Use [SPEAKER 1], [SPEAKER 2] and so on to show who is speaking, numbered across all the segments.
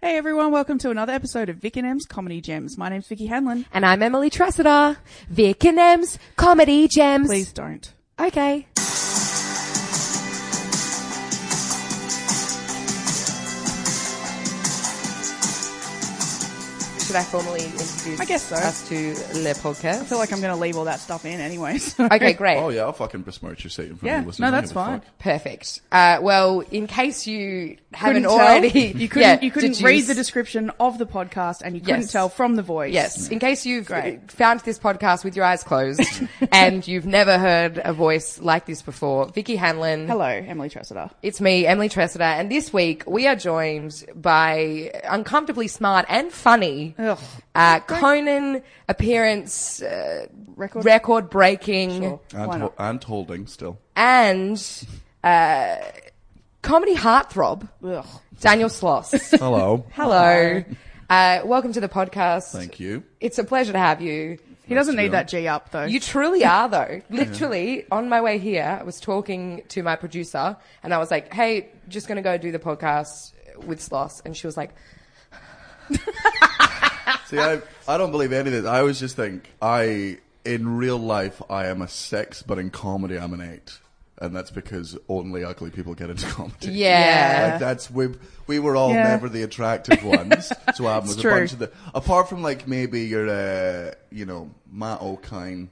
[SPEAKER 1] Hey everyone, welcome to another episode of Vic and M's Comedy Gems. My name's Vicky Hanlon.
[SPEAKER 2] And I'm Emily Tressida, Vic and Em's Comedy Gems.
[SPEAKER 1] Please don't.
[SPEAKER 2] Okay.
[SPEAKER 3] Should I formally introduce
[SPEAKER 1] I guess so.
[SPEAKER 3] us to the podcast?
[SPEAKER 1] I feel like I'm going to leave all that stuff in anyway. So.
[SPEAKER 3] okay, great.
[SPEAKER 4] Oh yeah, I'll fucking besmirch your seat in front
[SPEAKER 1] Yeah,
[SPEAKER 4] of the listeners.
[SPEAKER 1] no,
[SPEAKER 4] I don't
[SPEAKER 1] that's
[SPEAKER 4] give a
[SPEAKER 1] fine.
[SPEAKER 4] fuck.
[SPEAKER 3] Perfect. Uh, well, in case you haven't
[SPEAKER 1] Couldn't tell.
[SPEAKER 3] already,
[SPEAKER 1] You couldn't,
[SPEAKER 3] Yeah,
[SPEAKER 1] you couldn't
[SPEAKER 3] deduced-
[SPEAKER 1] read the description of the podcast and you couldn't
[SPEAKER 3] Yes.
[SPEAKER 1] tell from the voice.
[SPEAKER 3] Yes, in case you've
[SPEAKER 1] Great.
[SPEAKER 3] uh, found this podcast with your eyes closed and you've never heard a voice like this before, Vicky Hanlon.
[SPEAKER 1] Hello, Emily Tressida.
[SPEAKER 3] It's me, Emily Tressida, and this week we are joined by uncomfortably smart and funny
[SPEAKER 1] Ugh.
[SPEAKER 3] uh, Conan appearance, uh,
[SPEAKER 1] Record?
[SPEAKER 3] record breaking,
[SPEAKER 1] Sure.
[SPEAKER 4] And,
[SPEAKER 1] Why
[SPEAKER 4] ho-
[SPEAKER 1] not?
[SPEAKER 4] and holding still.
[SPEAKER 3] and uh, comedy heartthrob.
[SPEAKER 1] Ugh.
[SPEAKER 3] Daniel Sloss.
[SPEAKER 4] Hello.
[SPEAKER 3] Hello. Uh, welcome to the podcast.
[SPEAKER 4] Thank you.
[SPEAKER 3] It's a pleasure to have you.
[SPEAKER 1] He doesn't need that G up though.
[SPEAKER 3] You truly are, though. Literally, on my way here, I was talking to my producer and I was like, hey, just going to go do the podcast with Sloss. And she was like,
[SPEAKER 4] See, I I don't believe any of this. I always just think I in real life I am a six, but in comedy I'm an eight, and that's because only ugly people get into comedy.
[SPEAKER 3] Yeah.
[SPEAKER 4] like that's we we were all
[SPEAKER 1] Yeah.
[SPEAKER 4] never the attractive ones. so I was
[SPEAKER 1] It's
[SPEAKER 4] a
[SPEAKER 1] true.
[SPEAKER 4] bunch of the apart from like maybe your uh, you know Matt O'Kine.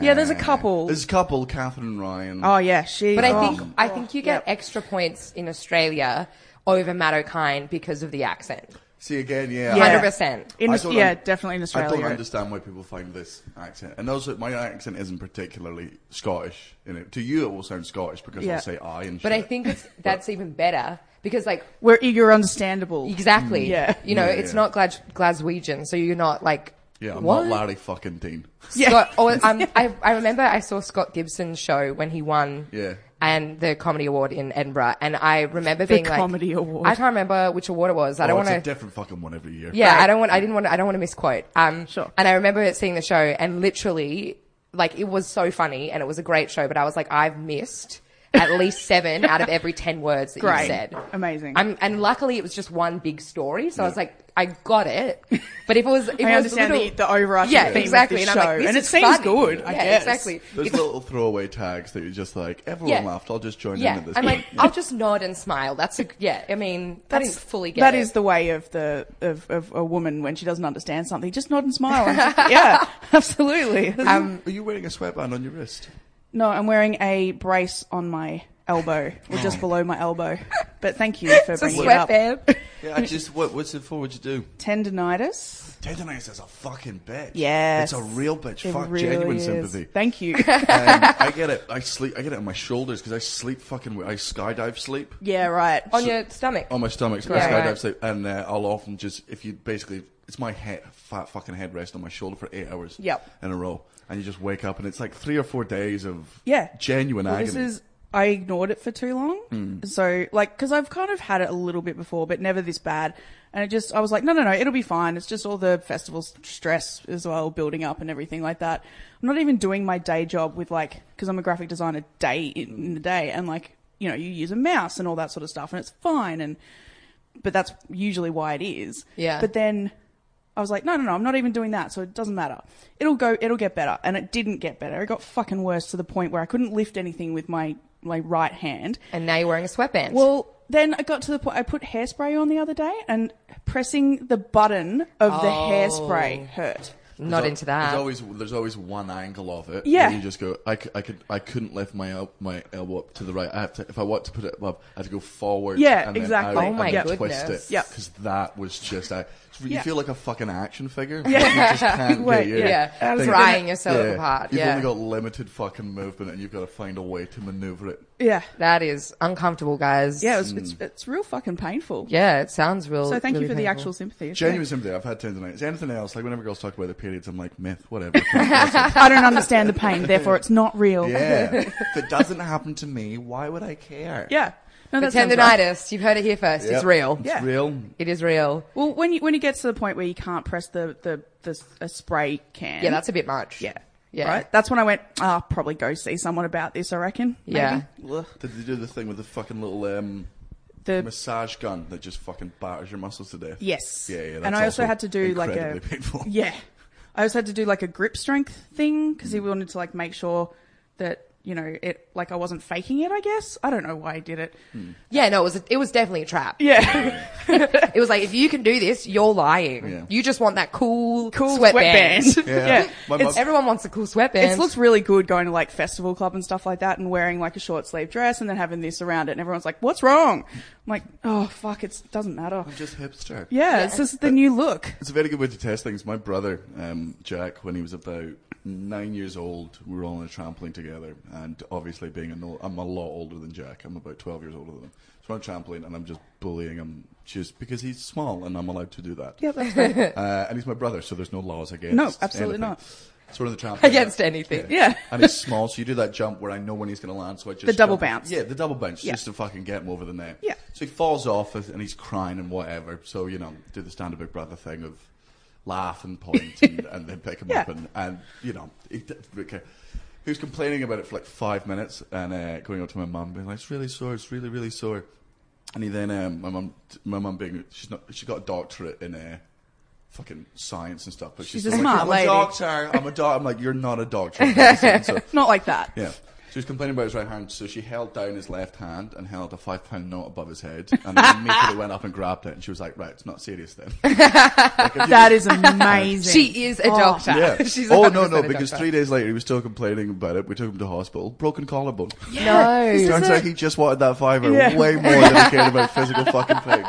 [SPEAKER 1] Yeah, there's a
[SPEAKER 4] uh,
[SPEAKER 1] couple.
[SPEAKER 4] There's a couple. Catherine Ryan.
[SPEAKER 1] oh yeah, she.
[SPEAKER 3] but I
[SPEAKER 1] oh.
[SPEAKER 3] think, I think you get extra points in Australia over Matt O'Kine because of the accent.
[SPEAKER 4] See again, yeah.
[SPEAKER 1] Yeah.
[SPEAKER 3] 100%.
[SPEAKER 1] In,
[SPEAKER 4] I
[SPEAKER 1] Aus-
[SPEAKER 4] don't
[SPEAKER 1] yeah,
[SPEAKER 4] un-
[SPEAKER 1] definitely in Australia.
[SPEAKER 4] I don't understand why people find this accent. And also, my accent isn't particularly Scottish. In it. To you, it will sound Scottish because
[SPEAKER 1] Yeah.
[SPEAKER 4] I'll say I and shit.
[SPEAKER 3] But I think it's, that's even better because, like,
[SPEAKER 1] We're eager, understandable.
[SPEAKER 3] Exactly.
[SPEAKER 1] Yeah.
[SPEAKER 3] You know,
[SPEAKER 4] Mm. Yeah,
[SPEAKER 3] it's
[SPEAKER 4] yeah.
[SPEAKER 3] not Glas- Glaswegian, so you're not like.
[SPEAKER 4] yeah, I'm
[SPEAKER 3] what?
[SPEAKER 4] not Larry fucking Dean.
[SPEAKER 1] Yeah.
[SPEAKER 3] Scott- oh, um, I, I remember I saw Scott Gibson's show when he won.
[SPEAKER 4] Yeah.
[SPEAKER 3] And the comedy award in Edinburgh, and I remember
[SPEAKER 1] The
[SPEAKER 3] being like,
[SPEAKER 1] comedy award.
[SPEAKER 3] I can't remember which award it was. I
[SPEAKER 4] Oh,
[SPEAKER 3] don't
[SPEAKER 4] it's
[SPEAKER 3] want
[SPEAKER 4] a
[SPEAKER 3] to.
[SPEAKER 4] different fucking one every year.
[SPEAKER 3] Yeah, I don't want. I didn't want. I don't want to misquote. Um,
[SPEAKER 1] Sure.
[SPEAKER 3] And I remember seeing the show, and literally, like, it was so funny, and it was a great show. But I was like, I've missed at least seven out of every ten words that
[SPEAKER 1] Great.
[SPEAKER 3] you said.
[SPEAKER 1] Amazing.
[SPEAKER 3] I'm, and luckily, it was just one big story, so I was like, I got it. But if it was, if it
[SPEAKER 1] I
[SPEAKER 3] was
[SPEAKER 1] understand
[SPEAKER 3] little,
[SPEAKER 1] the, the overarching
[SPEAKER 3] yeah,
[SPEAKER 1] theme of
[SPEAKER 3] exactly.
[SPEAKER 1] this
[SPEAKER 3] and I'm
[SPEAKER 1] show,
[SPEAKER 3] like, this
[SPEAKER 1] and it
[SPEAKER 3] is
[SPEAKER 1] seems
[SPEAKER 3] funny.
[SPEAKER 1] good. I
[SPEAKER 3] yeah,
[SPEAKER 1] guess
[SPEAKER 3] exactly.
[SPEAKER 4] Those little throwaway tags that you're just like, everyone
[SPEAKER 3] Yeah.
[SPEAKER 4] laughed. I'll just join in
[SPEAKER 3] Yeah,
[SPEAKER 4] at this.
[SPEAKER 3] I'm
[SPEAKER 4] point.
[SPEAKER 3] like, I'll just nod and smile. That's a, yeah. I mean, that is fully get
[SPEAKER 1] That
[SPEAKER 3] it.
[SPEAKER 1] is the way of the of, of a woman when she doesn't understand something. Just nod and smile. yeah, absolutely.
[SPEAKER 3] Um,
[SPEAKER 4] Are you wearing a sweatband on your wrist?
[SPEAKER 1] no, I'm wearing a brace on my elbow, or
[SPEAKER 4] Oh.
[SPEAKER 1] just below my elbow. But thank you for
[SPEAKER 3] it's a
[SPEAKER 1] bringing it up.
[SPEAKER 3] sweatband.
[SPEAKER 4] Yeah, I just, what, what's it for? What'd you do?
[SPEAKER 1] Tendonitis.
[SPEAKER 4] Tendonitis is a fucking bitch.
[SPEAKER 1] Yes.
[SPEAKER 4] It's a real bitch.
[SPEAKER 1] It
[SPEAKER 4] Fuck,
[SPEAKER 1] really
[SPEAKER 4] genuine
[SPEAKER 1] is.
[SPEAKER 4] sympathy.
[SPEAKER 1] Thank you.
[SPEAKER 4] and I get it. I sleep. I get it on my shoulders because I sleep fucking. I skydive sleep
[SPEAKER 1] yeah, right.
[SPEAKER 3] on your stomach.
[SPEAKER 4] on my stomach. I
[SPEAKER 3] Right,
[SPEAKER 4] skydive
[SPEAKER 3] right.
[SPEAKER 4] sleep, and uh, I'll often just if you basically it's my head, fat fucking head rest on my shoulder for eight hours.
[SPEAKER 1] Yep.
[SPEAKER 4] In a row, and you just wake up, and it's like three or four days of
[SPEAKER 1] yeah
[SPEAKER 4] genuine
[SPEAKER 1] Well,
[SPEAKER 4] agony. Hmm.
[SPEAKER 1] This is I ignored it for too long, so like because I've kind of had it a little bit before, but never this bad. And it just I was like, no, no, no, it'll be fine. It's just all the festival s- stress as well, building up and everything like that. I'm not even doing my day job with like because I'm a graphic designer day in, in the day, and like you know you use a mouse and all that sort of stuff, and it's fine. And but that's usually why it is.
[SPEAKER 3] Yeah.
[SPEAKER 1] But then I was like, no, no, no, I'm not even doing that. So it doesn't matter. It'll go, it'll get better. And it didn't get better. It got fucking worse to the point where I couldn't lift anything with my, my right hand.
[SPEAKER 3] And now you're wearing a sweatband.
[SPEAKER 1] Well, then I got to the point, I put
[SPEAKER 3] Oh.
[SPEAKER 1] hairspray on the other day and pressing the button of the hairspray hurt.
[SPEAKER 3] Not
[SPEAKER 4] al-
[SPEAKER 3] into that.
[SPEAKER 4] There's always there's always one angle of it.
[SPEAKER 1] Yeah.
[SPEAKER 4] where you just go. I, c- I could I couldn't lift my el- my elbow up to the right. I have to if I want to put it above. I have to go forward.
[SPEAKER 1] Yeah,
[SPEAKER 4] and then
[SPEAKER 1] exactly.
[SPEAKER 4] out
[SPEAKER 1] Oh my
[SPEAKER 4] and then twist
[SPEAKER 3] goodness.
[SPEAKER 4] it.
[SPEAKER 1] Yep.
[SPEAKER 4] because that was just I. You
[SPEAKER 1] Yeah.
[SPEAKER 4] feel like a fucking action figure. Yeah, you just can't
[SPEAKER 1] Wait,
[SPEAKER 4] get your
[SPEAKER 3] yeah.
[SPEAKER 4] thing-
[SPEAKER 3] Prying yourself
[SPEAKER 4] Yeah.
[SPEAKER 3] apart,
[SPEAKER 4] You've
[SPEAKER 3] yeah.
[SPEAKER 4] only got limited fucking movement, and you've got to find a way to maneuver it.
[SPEAKER 1] Yeah.
[SPEAKER 3] That is uncomfortable, guys.
[SPEAKER 1] Yeah, it was, it's, it's real fucking painful.
[SPEAKER 3] Yeah, it sounds real.
[SPEAKER 1] So thank
[SPEAKER 3] really
[SPEAKER 1] you for the
[SPEAKER 3] painful.
[SPEAKER 1] actual sympathy. It's
[SPEAKER 4] Genuine
[SPEAKER 1] great.
[SPEAKER 4] sympathy. I've had tendonitis. Anything else? Like whenever girls talk about their periods, I'm like myth, whatever. yeah.
[SPEAKER 1] I don't understand the pain, therefore it's not real.
[SPEAKER 4] If it doesn't happen to me, why would I care?
[SPEAKER 1] Yeah. No,
[SPEAKER 3] The
[SPEAKER 1] that sounds right.
[SPEAKER 3] tendonitis. You've heard it here first.
[SPEAKER 4] Yep.
[SPEAKER 3] It's real.
[SPEAKER 4] It's
[SPEAKER 1] Yeah.
[SPEAKER 4] real.
[SPEAKER 3] It is real.
[SPEAKER 1] Well, when you when it gets to the point where you can't press the the, the s- a spray can.
[SPEAKER 3] Yeah, that's a bit much.
[SPEAKER 1] yeah.
[SPEAKER 3] Yeah.
[SPEAKER 1] Right? That's when I went, ah, I'll probably go see someone about this, I reckon. Maybe.
[SPEAKER 3] Yeah.
[SPEAKER 1] Ugh.
[SPEAKER 4] Did they do the thing with the fucking little um,
[SPEAKER 1] The
[SPEAKER 4] massage gun that just fucking batters your muscles to death?
[SPEAKER 1] Yes.
[SPEAKER 4] Yeah, yeah. That's
[SPEAKER 1] and I also, had to do like a
[SPEAKER 4] incredibly painful.
[SPEAKER 1] yeah, I also had to do like a grip strength thing because he wanted to like make sure that you know it like I wasn't faking it. I guess I don't know why I did it.
[SPEAKER 3] Yeah, no, it was, it was definitely a trap.
[SPEAKER 1] Yeah,
[SPEAKER 3] It was like, if you can do this, you're lying.
[SPEAKER 4] Yeah.
[SPEAKER 3] You just want that cool,
[SPEAKER 1] cool
[SPEAKER 3] sweatband.
[SPEAKER 1] sweatband.
[SPEAKER 4] Yeah.
[SPEAKER 1] yeah,
[SPEAKER 4] My
[SPEAKER 1] it's
[SPEAKER 4] mum-
[SPEAKER 3] Everyone wants a cool sweatband.
[SPEAKER 1] It looks really good going to like festival club and stuff like that and wearing like a short sleeve dress and then having this around it and everyone's like, what's wrong? I'm like, oh fuck, it doesn't matter.
[SPEAKER 4] I'm just hipster.
[SPEAKER 1] Yeah, it's just the new look.
[SPEAKER 4] It's a very good way to test things. My brother, um, Jack, when he was about nine years old, we were all on a trampoline together. And obviously, being an old, I'm a lot older than Jack. I'm about 12 years older than him. So we're on a trampoline, and I'm just bullying him just because he's small, and I'm allowed to do that.
[SPEAKER 1] Yeah, that's right.
[SPEAKER 4] Uh, and he's my brother, so there's no laws against.
[SPEAKER 1] No, absolutely
[SPEAKER 4] anything.
[SPEAKER 1] not.
[SPEAKER 4] So we're on the trampoline.
[SPEAKER 3] against anything.
[SPEAKER 1] yeah.
[SPEAKER 4] and it's small, so you do that jump where I know when he's going to land. So I just
[SPEAKER 1] The double
[SPEAKER 4] jump-
[SPEAKER 1] bounce.
[SPEAKER 4] Yeah, the double bounce,
[SPEAKER 1] Yeah.
[SPEAKER 4] just to fucking get him over the net.
[SPEAKER 1] Yeah.
[SPEAKER 4] So he falls off and he's crying and whatever. So you know, do the standard Big Brother thing of laugh and point and, and then pick him
[SPEAKER 1] Yeah.
[SPEAKER 4] up and, and you know, he, d- okay. He was complaining about it for like five minutes and uh, going up to my mum, being like, "It's really sore. It's really really sore." And he then um, my mum, my mum being she's not she got a doctorate in uh, fucking science and stuff, but she's,
[SPEAKER 1] She's a
[SPEAKER 4] still
[SPEAKER 1] smart
[SPEAKER 4] like, I'm
[SPEAKER 1] lady.
[SPEAKER 4] a doctor. I'm a doctor. I'm like, you're not a doctor. of medicine," so-
[SPEAKER 1] Not like that.
[SPEAKER 4] yeah. She was complaining about his right hand, so she held down his left hand and held a five pound note above his head, and then immediately went up and grabbed it. And she was like, "Right, it's not serious then."
[SPEAKER 1] That is amazing.
[SPEAKER 3] She is a doctor.
[SPEAKER 4] yeah.
[SPEAKER 3] She's
[SPEAKER 4] oh
[SPEAKER 3] 100%
[SPEAKER 4] no, no,
[SPEAKER 3] a
[SPEAKER 4] because
[SPEAKER 3] doctor.
[SPEAKER 4] three days later he was still complaining about it. We took him to hospital, broken collarbone.
[SPEAKER 2] No.
[SPEAKER 4] Turns out he just wanted that fiver
[SPEAKER 1] Yeah.
[SPEAKER 4] way more than he cared about physical fucking thing.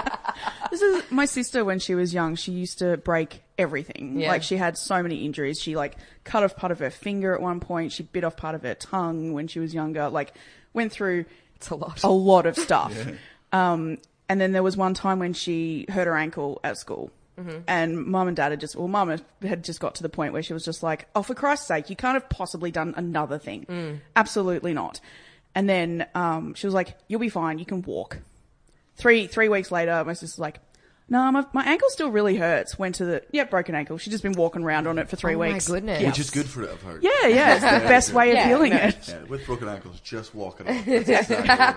[SPEAKER 1] This is my sister when she was young. She used to break everything.
[SPEAKER 3] Yeah.
[SPEAKER 1] Like she had so many injuries. She like cut off part of her finger at one point. She bit off part of her tongue when she was younger. Like went through
[SPEAKER 3] It's a lot.
[SPEAKER 1] a lot of stuff. Um, and then there was one time when she hurt her ankle at school.
[SPEAKER 3] Mm-hmm.
[SPEAKER 1] And mum and dad had just, well, mum had- had just got to the point where she was just like, oh, for Christ's sake, you can't have possibly done another thing.
[SPEAKER 3] Mm.
[SPEAKER 1] Absolutely not. And then um, she was like, you'll be fine. You can walk. Three three weeks later, my sister's like, no, my, my ankle still really hurts. Went to the, yeah, broken ankle. She'd just been walking around on it for three
[SPEAKER 3] Oh my
[SPEAKER 1] weeks.
[SPEAKER 3] goodness.
[SPEAKER 1] Yeah.
[SPEAKER 4] Which is good for it, I've heard.
[SPEAKER 1] Yeah, yeah, it's the best way of
[SPEAKER 3] Yeah,
[SPEAKER 1] healing
[SPEAKER 3] no.
[SPEAKER 1] it.
[SPEAKER 4] Yeah, with broken ankles, just walking off. That's exactly what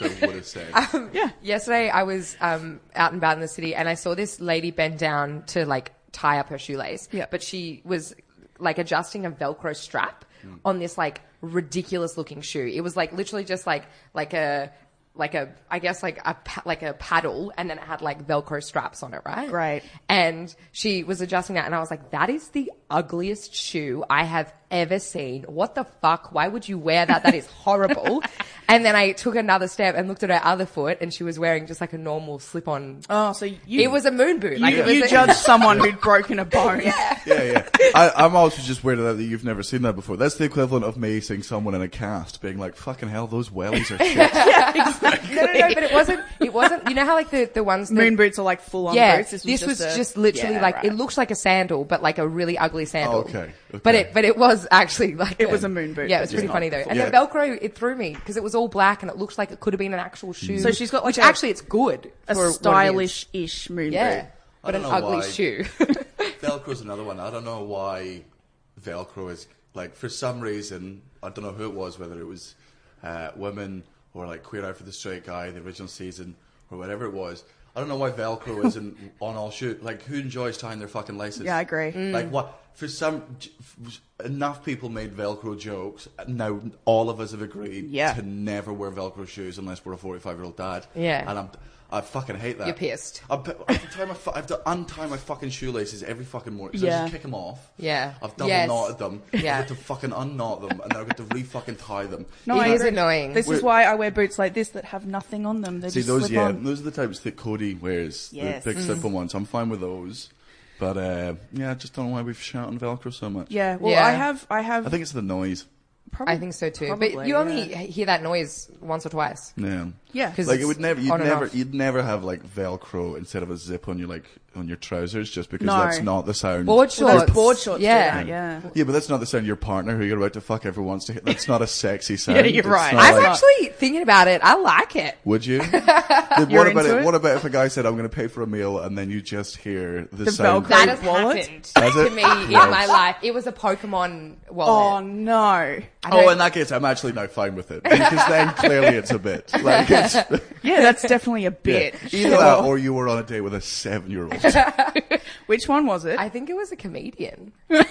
[SPEAKER 4] the doctor would have said.
[SPEAKER 3] Um,
[SPEAKER 1] Yeah.
[SPEAKER 3] Yesterday, I was um, out and about in the city, and I saw this lady bend down to like tie up her shoelace.
[SPEAKER 1] Yeah.
[SPEAKER 3] But she was like adjusting a Velcro strap on this like ridiculous looking shoe. It was like literally just like like a like a I guess like a pa- like a paddle, and then it had like Velcro straps on it, right?
[SPEAKER 1] Right.
[SPEAKER 3] And she was adjusting that, and I was like, "That is the ugliest shoe I have ever seen. What the fuck? Why would you wear that? That is horrible." and then I took another step and looked at her other foot, and she was wearing just like a normal slip-on.
[SPEAKER 1] Oh, so you,
[SPEAKER 3] it was a moon boot. like
[SPEAKER 1] you,
[SPEAKER 3] it was
[SPEAKER 1] you
[SPEAKER 3] a-
[SPEAKER 1] judge someone who'd broken a bone.
[SPEAKER 4] yeah, yeah. I, I'm also just weird out that you've never seen that before. That's the equivalent of me seeing someone in a cast being like, "Fucking hell, those wellies are shit."
[SPEAKER 3] no, no, no. But it wasn't. It wasn't. You know how like the the ones that,
[SPEAKER 1] Moon boots are like full on
[SPEAKER 3] Yeah,
[SPEAKER 1] boots.
[SPEAKER 3] this, was
[SPEAKER 1] was
[SPEAKER 3] just,
[SPEAKER 1] a-
[SPEAKER 3] literally
[SPEAKER 1] Yeah,
[SPEAKER 3] like
[SPEAKER 1] right.
[SPEAKER 3] it looked like a sandal, but like a really ugly sandal.
[SPEAKER 4] Oh, okay,
[SPEAKER 3] But
[SPEAKER 4] okay.
[SPEAKER 3] it but it was actually like um,
[SPEAKER 1] It was a moon boot.
[SPEAKER 3] Yeah, it was pretty
[SPEAKER 1] Yeah.
[SPEAKER 3] funny though. And
[SPEAKER 4] Yeah.
[SPEAKER 3] the Velcro it threw me because it was all black and it looked like it could have been an actual shoe.
[SPEAKER 1] So she's got, like,
[SPEAKER 3] which
[SPEAKER 1] a-
[SPEAKER 3] actually it's good
[SPEAKER 1] a
[SPEAKER 3] for what it is.
[SPEAKER 1] stylish-ish moon
[SPEAKER 3] Yeah,
[SPEAKER 1] boot.
[SPEAKER 4] I
[SPEAKER 3] but
[SPEAKER 4] don't
[SPEAKER 3] an
[SPEAKER 4] know
[SPEAKER 3] ugly
[SPEAKER 4] why.
[SPEAKER 3] shoe.
[SPEAKER 4] Velcro's another one. I don't know why Velcro is like for some reason. I don't know who it was, whether it was uh, women or like Queer Eye for the Straight Guy, the original season, or whatever it was. I don't know why Velcro isn't on all shoot. Like, who enjoys tying their fucking laces?
[SPEAKER 3] Mm.
[SPEAKER 1] Yeah, I agree.
[SPEAKER 4] Like, what? for some j- f- enough people made Velcro jokes. Now all of us have agreed
[SPEAKER 1] Yeah.
[SPEAKER 4] to never wear Velcro shoes unless we're a forty-five-year-old dad.
[SPEAKER 3] Yeah.
[SPEAKER 4] and I'm. I fucking hate that.
[SPEAKER 3] You're pissed.
[SPEAKER 4] I've, been- I've, tied my fu- I've done untie my fucking shoelaces every fucking morning. So I
[SPEAKER 1] Yeah.
[SPEAKER 4] just kick them off.
[SPEAKER 3] Yeah.
[SPEAKER 4] I've double
[SPEAKER 3] Yes.
[SPEAKER 4] knotted them.
[SPEAKER 3] Yeah.
[SPEAKER 4] I've got to fucking unknot them, and then I've got to re-fucking tie them.
[SPEAKER 3] It
[SPEAKER 1] I
[SPEAKER 3] is
[SPEAKER 1] agree.
[SPEAKER 3] annoying.
[SPEAKER 1] This is
[SPEAKER 4] We're-
[SPEAKER 1] why I wear boots like this that have nothing on them. They
[SPEAKER 4] See
[SPEAKER 1] just
[SPEAKER 4] those,
[SPEAKER 1] slip
[SPEAKER 4] yeah,
[SPEAKER 1] on.
[SPEAKER 4] those are the types that Cody wears,
[SPEAKER 1] Yes. Mm.
[SPEAKER 4] the big slip-on ones. I'm fine with those, but uh, yeah, I just don't know why we've shouted on Velcro so much.
[SPEAKER 1] Yeah. Well,
[SPEAKER 3] Yeah.
[SPEAKER 1] I have. I have.
[SPEAKER 4] I think it's the noise.
[SPEAKER 1] probably,
[SPEAKER 3] I think so too. but
[SPEAKER 1] probably,
[SPEAKER 3] you only
[SPEAKER 1] yeah.
[SPEAKER 3] hear that noise once or twice.
[SPEAKER 4] Yeah,
[SPEAKER 1] Yeah.
[SPEAKER 3] 'Cause
[SPEAKER 4] like it
[SPEAKER 3] it's
[SPEAKER 4] would never, you'd
[SPEAKER 3] on and
[SPEAKER 4] never,
[SPEAKER 3] off.
[SPEAKER 4] you'd never have like Velcro instead of a zip on your like on your trousers, just because
[SPEAKER 1] No.
[SPEAKER 4] that's not the sound.
[SPEAKER 3] Board shorts.
[SPEAKER 1] Well, those board shorts. do
[SPEAKER 3] Yeah.
[SPEAKER 1] that, yeah.
[SPEAKER 4] Yeah, but that's not the sound of your partner who you're about to fuck ever wants to hit. That's not a sexy sound.
[SPEAKER 1] Yeah, you're
[SPEAKER 4] It's
[SPEAKER 1] right.
[SPEAKER 4] not
[SPEAKER 3] I was
[SPEAKER 4] like-
[SPEAKER 3] actually thinking about it. I like it.
[SPEAKER 4] Would you? Then what about
[SPEAKER 1] into
[SPEAKER 4] it?
[SPEAKER 1] it?
[SPEAKER 4] What about if a guy said, "I'm going to pay for a meal," and then you just hear the,
[SPEAKER 1] The
[SPEAKER 4] sound?
[SPEAKER 1] Velcro.
[SPEAKER 3] That has
[SPEAKER 1] Wallet?
[SPEAKER 3] happened
[SPEAKER 4] Has
[SPEAKER 3] to
[SPEAKER 4] it?
[SPEAKER 3] me
[SPEAKER 4] Yes.
[SPEAKER 3] in my life. It was a Pokemon
[SPEAKER 1] Oh
[SPEAKER 3] wallet.
[SPEAKER 1] no.
[SPEAKER 4] Oh, in that case, I'm actually now fine with it because then clearly it's a bit. Like it's,
[SPEAKER 1] Yeah, that's definitely a bit.
[SPEAKER 4] Either that, or you were on a date with a seven-year-old.
[SPEAKER 1] Which one was it?
[SPEAKER 3] I think it was a comedian.
[SPEAKER 1] yeah,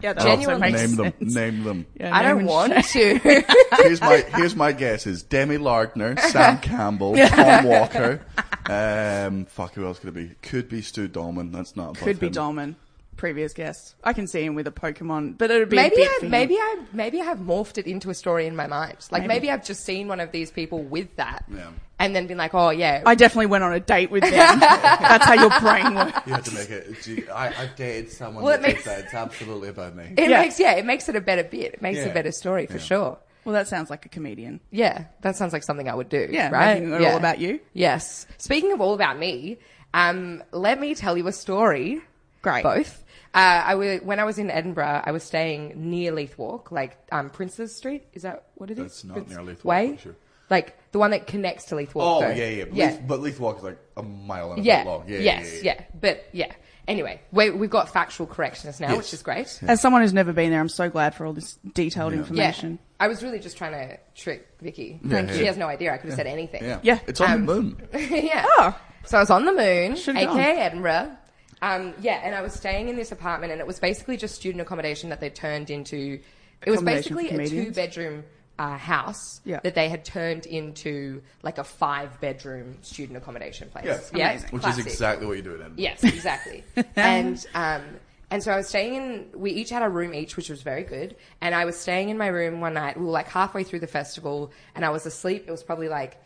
[SPEAKER 1] that
[SPEAKER 3] Genuinely-
[SPEAKER 1] also makes
[SPEAKER 4] name them.
[SPEAKER 1] sense.
[SPEAKER 4] Name them.
[SPEAKER 1] Yeah,
[SPEAKER 3] I
[SPEAKER 1] name
[SPEAKER 3] don't
[SPEAKER 1] and
[SPEAKER 3] want
[SPEAKER 1] shame.
[SPEAKER 3] to.
[SPEAKER 4] Here's my here's my guesses: Demi Lardner, Sam Campbell, Tom Walker. Um, fuck, who else could it be? Could be Stu Dolman. That's not. above
[SPEAKER 1] Could be
[SPEAKER 4] him.
[SPEAKER 1] Dolman. Previous guest. I can see him with a Pokemon, but it would be
[SPEAKER 3] maybe
[SPEAKER 1] a bit
[SPEAKER 3] I
[SPEAKER 1] for him.
[SPEAKER 3] maybe I maybe I have morphed it into a story in my mind. Like maybe, I've just seen one of these people with that,
[SPEAKER 4] Yeah.
[SPEAKER 3] and then been like, oh yeah,
[SPEAKER 1] I definitely went on a date with them. That's how your brain works.
[SPEAKER 4] You had to make it. do you- I, I've dated someone
[SPEAKER 3] Well, it
[SPEAKER 4] that did
[SPEAKER 3] makes-
[SPEAKER 4] that. It's absolutely about me.
[SPEAKER 3] it
[SPEAKER 1] Yeah.
[SPEAKER 3] makes yeah, it makes it a better bit. It makes a
[SPEAKER 4] Yeah.
[SPEAKER 3] better story for
[SPEAKER 4] Yeah.
[SPEAKER 3] sure.
[SPEAKER 1] Well, that sounds like a comedian.
[SPEAKER 3] Yeah, that sounds like something I would do.
[SPEAKER 1] Yeah,
[SPEAKER 3] right.
[SPEAKER 1] making it all about you.
[SPEAKER 3] Yes. Speaking of all about me, um, let me tell you a story.
[SPEAKER 1] Great.
[SPEAKER 3] Both. Uh, I wa- when I was in Edinburgh, I was staying near Leith Walk, like um, Princes Street. Is that what it is?
[SPEAKER 4] That's not near Leith Walk,
[SPEAKER 3] Way?
[SPEAKER 4] I'm sure.
[SPEAKER 3] Like the one that connects to Leith Walk.
[SPEAKER 4] Oh
[SPEAKER 3] though.
[SPEAKER 4] yeah, yeah. But, Leith, but Leith Walk is like a mile and a
[SPEAKER 3] yeah.
[SPEAKER 4] bit long. Yeah,
[SPEAKER 3] yes,
[SPEAKER 4] yeah,
[SPEAKER 3] yeah, But yeah. Anyway, we, we've got factual corrections now,
[SPEAKER 4] Yes.
[SPEAKER 3] which is great.
[SPEAKER 1] As someone who's never been there, I'm so glad for all this detailed
[SPEAKER 3] Yeah.
[SPEAKER 1] information.
[SPEAKER 3] I was really just trying to trick Vicky.
[SPEAKER 4] Yeah,
[SPEAKER 3] she
[SPEAKER 4] yeah.
[SPEAKER 3] has no idea. I could have said anything.
[SPEAKER 4] yeah.
[SPEAKER 1] Yeah.
[SPEAKER 4] It's
[SPEAKER 3] Um,
[SPEAKER 4] on the moon.
[SPEAKER 3] yeah. Oh. So I was on the moon,
[SPEAKER 1] Should've
[SPEAKER 3] aka
[SPEAKER 1] gone.
[SPEAKER 3] Edinburgh. Um, yeah, and I was staying in this apartment, and it was basically just student accommodation that they turned into. It was
[SPEAKER 1] Accommodation for
[SPEAKER 3] basically a
[SPEAKER 1] comedians?
[SPEAKER 3] two-bedroom uh, house
[SPEAKER 1] Yeah.
[SPEAKER 3] that they had turned into like a five-bedroom student accommodation place.
[SPEAKER 4] Yeah.
[SPEAKER 1] Amazing.
[SPEAKER 4] Which
[SPEAKER 3] classic.
[SPEAKER 4] is exactly what you do in Edinburgh.
[SPEAKER 3] Yes, exactly. and um, and so I was staying in. We each had a room each, which was very good. And I was staying in my room one night. We were like halfway through the festival, and I was asleep. It was probably like.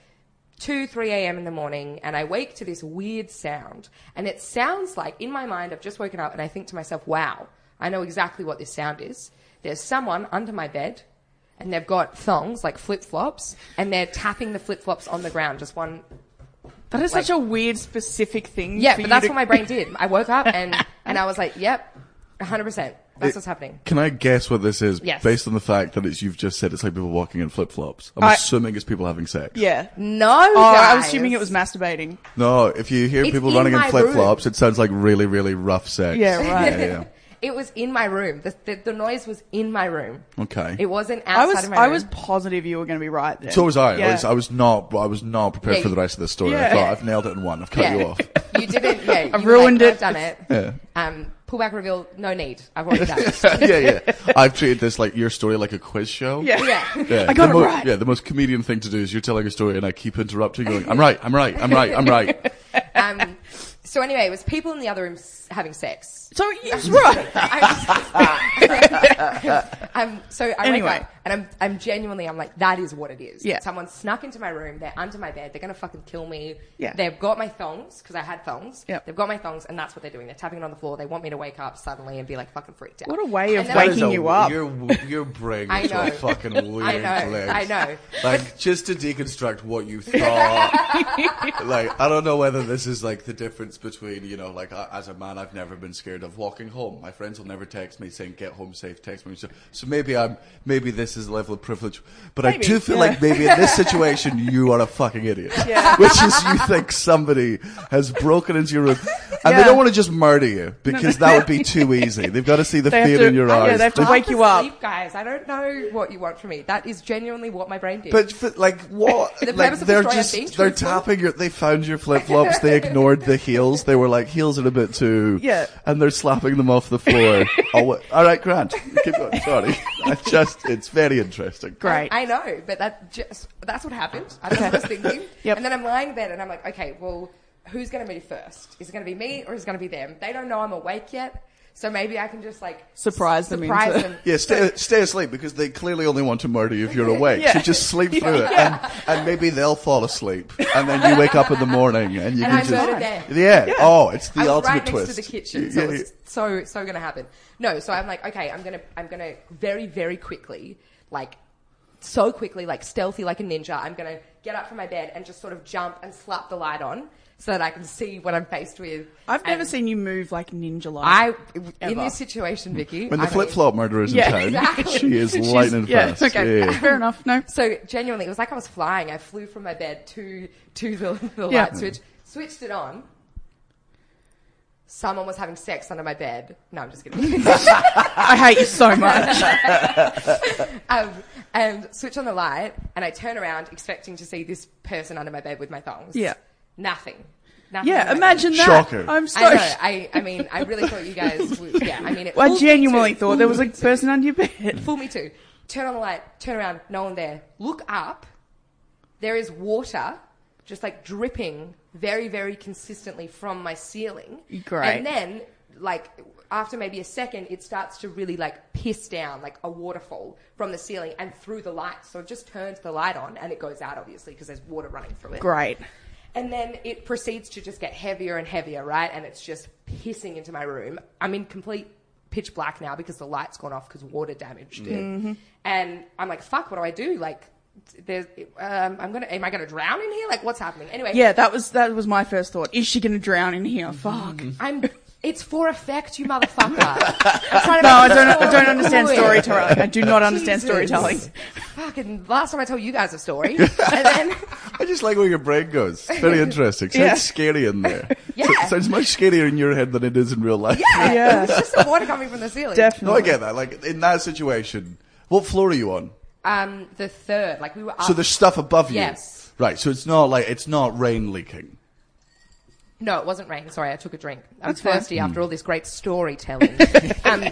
[SPEAKER 3] 2 3 a.m. in the morning, and I wake to this weird sound. And it sounds like, in my mind, I've just woken up and I think to myself, wow, I know exactly what this sound is. There's someone under my bed, and they've got thongs, like flip flops, and they're tapping the flip flops on the ground, just one
[SPEAKER 1] That is
[SPEAKER 3] Like-
[SPEAKER 1] such a weird, specific thing.
[SPEAKER 3] yeah,
[SPEAKER 1] for
[SPEAKER 3] but
[SPEAKER 1] you
[SPEAKER 3] that's
[SPEAKER 1] to-
[SPEAKER 3] what my brain did. I woke up and and I was like, "Yep, 100. percent That's
[SPEAKER 4] It-
[SPEAKER 3] what's happening."
[SPEAKER 1] Oh,
[SPEAKER 4] Can I guess what this is?
[SPEAKER 3] Yes.
[SPEAKER 4] Based on the fact that it's you've just said it's like people walking in flip flops. I'm
[SPEAKER 1] I-
[SPEAKER 4] assuming it's people having sex.
[SPEAKER 1] Yeah.
[SPEAKER 3] No,
[SPEAKER 1] Oh, I was assuming it was masturbating.
[SPEAKER 4] No, if you hear
[SPEAKER 3] It's
[SPEAKER 4] people
[SPEAKER 3] in
[SPEAKER 4] running in
[SPEAKER 3] my
[SPEAKER 4] flip flops, it sounds like really, really rough sex.
[SPEAKER 1] Yeah, right.
[SPEAKER 4] Yeah, yeah.
[SPEAKER 3] It was in my room. The, the, the noise was in my room.
[SPEAKER 4] Okay.
[SPEAKER 3] It wasn't outside
[SPEAKER 1] I was,
[SPEAKER 3] of my
[SPEAKER 1] I
[SPEAKER 3] room.
[SPEAKER 1] was positive you were going to be right there.
[SPEAKER 4] So was I.
[SPEAKER 1] Yeah.
[SPEAKER 4] I, was, I was not. I was not prepared
[SPEAKER 3] Yeah,
[SPEAKER 4] for the
[SPEAKER 3] you-
[SPEAKER 4] rest of the story. I
[SPEAKER 1] Yeah.
[SPEAKER 4] thought I've nailed it in one. I've cut you off.
[SPEAKER 3] You didn't. Yeah, I
[SPEAKER 1] ruined it.
[SPEAKER 3] I've done it. Um, pullback reveal. No need. I've already done. it.
[SPEAKER 4] yeah, yeah. I've treated this like your story like a quiz show.
[SPEAKER 1] Yeah.
[SPEAKER 3] Yeah.
[SPEAKER 4] Yeah,
[SPEAKER 1] I got
[SPEAKER 4] the
[SPEAKER 1] it
[SPEAKER 4] mo-
[SPEAKER 1] right.
[SPEAKER 4] Yeah, the most comedian thing to do is you're telling a story and I keep interrupting, going, "I'm right, I'm right, I'm right, I'm right."
[SPEAKER 3] Um, so anyway, it was people in the other room s- having sex.
[SPEAKER 1] So he's right.
[SPEAKER 3] um, so I
[SPEAKER 1] Anyway.
[SPEAKER 3] wake up and I'm, I'm genuinely, I'm like, that is what it is.
[SPEAKER 1] Yeah.
[SPEAKER 3] Someone snuck into my room. They're under my bed. They're going to fucking kill me.
[SPEAKER 1] Yeah.
[SPEAKER 3] They've got my thongs because I had thongs.
[SPEAKER 1] Yeah.
[SPEAKER 3] They've got my thongs and that's what they're doing. They're tapping it on the floor. They want me to wake up suddenly and be like fucking freaked out.
[SPEAKER 1] What a way of
[SPEAKER 3] And then I-
[SPEAKER 4] That is
[SPEAKER 1] waking
[SPEAKER 4] a-
[SPEAKER 1] you up.
[SPEAKER 4] Your your brain
[SPEAKER 3] I
[SPEAKER 4] is a
[SPEAKER 3] know.
[SPEAKER 4] fucking weird
[SPEAKER 3] I know,
[SPEAKER 4] place.
[SPEAKER 3] I know.
[SPEAKER 4] Like just to deconstruct what you thought. like I don't know whether this is like the difference between you know like I, as a man I've never been scared of walking home. My friends will never text me saying get home safe. Text me so, so maybe I'm maybe this is a level of privilege, but I
[SPEAKER 1] Maybe,
[SPEAKER 4] do feel
[SPEAKER 1] yeah.
[SPEAKER 4] like maybe in this situation you are a fucking idiot. Which is you think somebody has broken into your room and they
[SPEAKER 1] Yeah.
[SPEAKER 4] don't want to just murder you because that would be too easy. They've got to see the
[SPEAKER 1] They have
[SPEAKER 4] fear
[SPEAKER 1] to-
[SPEAKER 4] in your
[SPEAKER 1] yeah,
[SPEAKER 4] eyes.
[SPEAKER 1] they have to
[SPEAKER 4] They-
[SPEAKER 1] wake you up.
[SPEAKER 3] Sleep, guys. I don't know what you want from me. That is genuinely what my brain did.
[SPEAKER 4] But for, like what?
[SPEAKER 3] The
[SPEAKER 4] like
[SPEAKER 3] premise of the
[SPEAKER 4] they're
[SPEAKER 3] story, I
[SPEAKER 4] just
[SPEAKER 3] think,
[SPEAKER 4] they're
[SPEAKER 3] truthful.
[SPEAKER 4] tapping your. They found your flip flops. They ignored the heel. heels, they were like, heels are a bit too.
[SPEAKER 1] Yeah.
[SPEAKER 4] And they're slapping them off the floor. oh, wha- all right, Grant. Keep going. Sorry. I just, it's very interesting.
[SPEAKER 1] Great.
[SPEAKER 3] I know, but that just that's what happened. I what I was thinking.
[SPEAKER 1] Yep.
[SPEAKER 3] And then I'm lying there and I'm like, okay, well, who's going to be first? Is it going to be me or is it going to be them? They don't know I'm awake yet, so maybe I can just like
[SPEAKER 1] Surprise them
[SPEAKER 3] surprise
[SPEAKER 1] into-
[SPEAKER 3] them.
[SPEAKER 4] Yeah, stay, stay asleep because they clearly only want to murder you if you're awake. So just sleep through it, and, and maybe they'll fall asleep, and then you wake up in the morning and
[SPEAKER 3] And
[SPEAKER 4] you can
[SPEAKER 3] I
[SPEAKER 4] just
[SPEAKER 3] murdered them.
[SPEAKER 4] yeah. Oh, it's the
[SPEAKER 3] I was
[SPEAKER 4] ultimate
[SPEAKER 3] right
[SPEAKER 4] twist.
[SPEAKER 3] next to the kitchen,
[SPEAKER 4] Yeah,
[SPEAKER 3] so
[SPEAKER 4] yeah.
[SPEAKER 3] it's so so gonna happen. No, so I'm like, okay, I'm gonna I'm gonna very very quickly, like so quickly, like stealthy, like a ninja. I'm gonna get up from my bed and just sort of jump and slap the light on so that I can see what I'm faced with.
[SPEAKER 1] I've never
[SPEAKER 3] And
[SPEAKER 1] seen you move like ninja like.
[SPEAKER 3] I in
[SPEAKER 1] ever.
[SPEAKER 3] this situation, Vicky.
[SPEAKER 4] When the
[SPEAKER 3] I mean-
[SPEAKER 4] flip flop murderer is
[SPEAKER 1] Yeah,
[SPEAKER 4] in town,
[SPEAKER 3] exactly.
[SPEAKER 4] she is
[SPEAKER 1] She's-
[SPEAKER 4] lightning
[SPEAKER 1] yeah,
[SPEAKER 4] fast.
[SPEAKER 1] Okay,
[SPEAKER 4] Yeah.
[SPEAKER 1] fair enough. No,
[SPEAKER 3] So genuinely, it was like I was flying. I flew from my bed to to the, the
[SPEAKER 1] Yeah.
[SPEAKER 3] light switch, switched it on. Someone was having sex under my bed. No, I'm just kidding.
[SPEAKER 1] I hate you so much.
[SPEAKER 3] um, and switch on the light, and I turn around expecting to see this person under my bed with my thongs.
[SPEAKER 1] Yeah.
[SPEAKER 3] Nothing. Nothing under
[SPEAKER 1] yeah,
[SPEAKER 3] my
[SPEAKER 1] imagine
[SPEAKER 3] bed.
[SPEAKER 1] that.
[SPEAKER 4] Shocker.
[SPEAKER 1] I'm so.
[SPEAKER 3] I know. I, I mean, I really thought you guys would. Yeah, I mean, it
[SPEAKER 1] I
[SPEAKER 3] fooled me
[SPEAKER 1] genuinely
[SPEAKER 3] too.
[SPEAKER 1] thought there was a
[SPEAKER 3] Fooled me too.
[SPEAKER 1] person under your bed.
[SPEAKER 3] Fool me too. Turn on the light, turn around, no one there. Look up. There is water just like dripping very, very consistently from my ceiling.
[SPEAKER 1] Great.
[SPEAKER 3] And then, like, after maybe a second, it starts to really like piss down like a waterfall from the ceiling and through the light. So it just turns the light on and it goes out, obviously, because there's water running through it.
[SPEAKER 1] Great.
[SPEAKER 3] And then it proceeds to just get heavier and heavier, right? And it's just pissing into my room. I'm in complete pitch black now because the light's gone off because water damaged it.
[SPEAKER 1] Mm-hmm.
[SPEAKER 3] And I'm like, fuck, what do I do? Like, there's, um, I'm gonna, am I gonna drown in here? Like, what's happening? Anyway,
[SPEAKER 1] Yeah, that was that was my first thought. Is she going to drown in here? Fuck.
[SPEAKER 3] I'm, it's for effect, you motherfucker. I'm trying to
[SPEAKER 1] No, I
[SPEAKER 3] make
[SPEAKER 1] don't. I
[SPEAKER 3] the story
[SPEAKER 1] don't understand
[SPEAKER 3] good.
[SPEAKER 1] storytelling. I do not understand
[SPEAKER 3] Jesus.
[SPEAKER 1] storytelling.
[SPEAKER 3] Fucking last time I told you guys a story, and then.
[SPEAKER 4] I just like where your brain goes. Very interesting. Sounds
[SPEAKER 1] Yeah.
[SPEAKER 4] scary in there.
[SPEAKER 3] Yeah.
[SPEAKER 4] So- sounds much scarier in your head than it is in real life.
[SPEAKER 3] Yeah,
[SPEAKER 1] Yeah.
[SPEAKER 3] it's just the water coming from the ceiling.
[SPEAKER 4] No, I
[SPEAKER 1] Definitely.
[SPEAKER 4] get that. Like in that situation, what floor are you on?
[SPEAKER 3] Um, the third, like we were. Up
[SPEAKER 4] So there's stuff above you.
[SPEAKER 3] Yes.
[SPEAKER 4] Right. So it's not like it's not rain leaking.
[SPEAKER 3] No, it wasn't rain. Sorry, I took a drink. I'm
[SPEAKER 1] That's fine.
[SPEAKER 3] thirsty after all this great storytelling. um,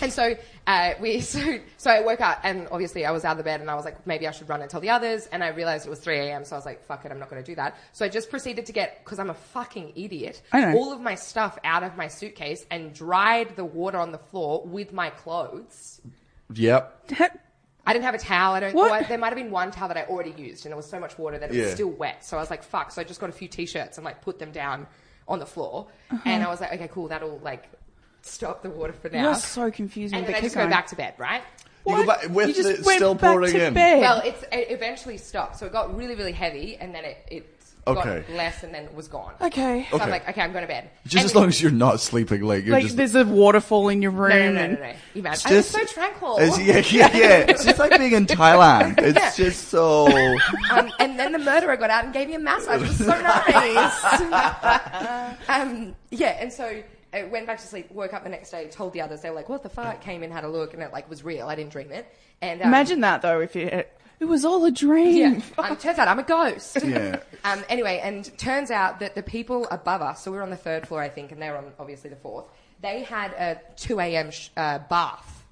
[SPEAKER 3] and so uh, we, so, so I woke up, and obviously I was out of the bed, and I was like, maybe I should run and tell the others. And I realized it was 3 a.m., so I was like, fuck it, I'm not going to do that. So I just proceeded to get, because I'm a fucking idiot,
[SPEAKER 1] I know.
[SPEAKER 3] all of my stuff out of my suitcase and dried the water on the floor with my clothes.
[SPEAKER 4] Yep.
[SPEAKER 3] I didn't have a towel. I don't.
[SPEAKER 1] What?
[SPEAKER 3] Well, there might have been one towel that I already used, and there was so much water that it was
[SPEAKER 4] Yeah.
[SPEAKER 3] still wet. So I was like, "Fuck!" So I just got a few t-shirts and like put them down on the floor,
[SPEAKER 1] Uh-huh.
[SPEAKER 3] and I was like, "Okay, cool. That'll like stop the water for now."
[SPEAKER 1] You're so confusing.
[SPEAKER 3] and
[SPEAKER 1] but
[SPEAKER 3] then I
[SPEAKER 1] keep
[SPEAKER 3] just
[SPEAKER 1] going.
[SPEAKER 3] go back to bed, right?
[SPEAKER 4] You go back with
[SPEAKER 1] You just
[SPEAKER 4] it
[SPEAKER 1] went
[SPEAKER 4] still
[SPEAKER 1] back
[SPEAKER 4] pouring
[SPEAKER 1] to
[SPEAKER 4] in.
[SPEAKER 1] bed.
[SPEAKER 3] Well, it's it eventually stopped. So it got really, really heavy, and then it it
[SPEAKER 4] Okay.
[SPEAKER 3] got less, and then it was gone.
[SPEAKER 1] Okay.
[SPEAKER 3] So
[SPEAKER 4] Okay.
[SPEAKER 3] I'm like, "Okay, I'm going to bed."
[SPEAKER 4] Just as
[SPEAKER 3] Anyway-
[SPEAKER 4] long as you're not sleeping, like you're
[SPEAKER 1] Like
[SPEAKER 4] just.
[SPEAKER 1] there's a waterfall in your room.
[SPEAKER 3] No, no, no,
[SPEAKER 1] and-
[SPEAKER 3] no, no. You mad?
[SPEAKER 4] It's
[SPEAKER 3] I was
[SPEAKER 4] just-
[SPEAKER 3] so tranquil.
[SPEAKER 4] It's- yeah, yeah, yeah. It's just like being in Thailand. It's just so.
[SPEAKER 3] um, and then the murderer got out and gave me a massage. It was so nice. um, yeah, and so I went back to sleep, woke up the next day, told the others. They were like, "What the fuck?" Came in, had a look, and it like was real. I didn't dream it. And um,
[SPEAKER 1] Imagine that though. If you, it was all a
[SPEAKER 3] Yeah,
[SPEAKER 1] dream.
[SPEAKER 3] um, turns out I'm a ghost.
[SPEAKER 4] Yeah.
[SPEAKER 3] Um, anyway, and turns out that the people above us, so we were on the third floor, I think, and they were on obviously the fourth. They had a 2 a.m. Sh- uh, bath,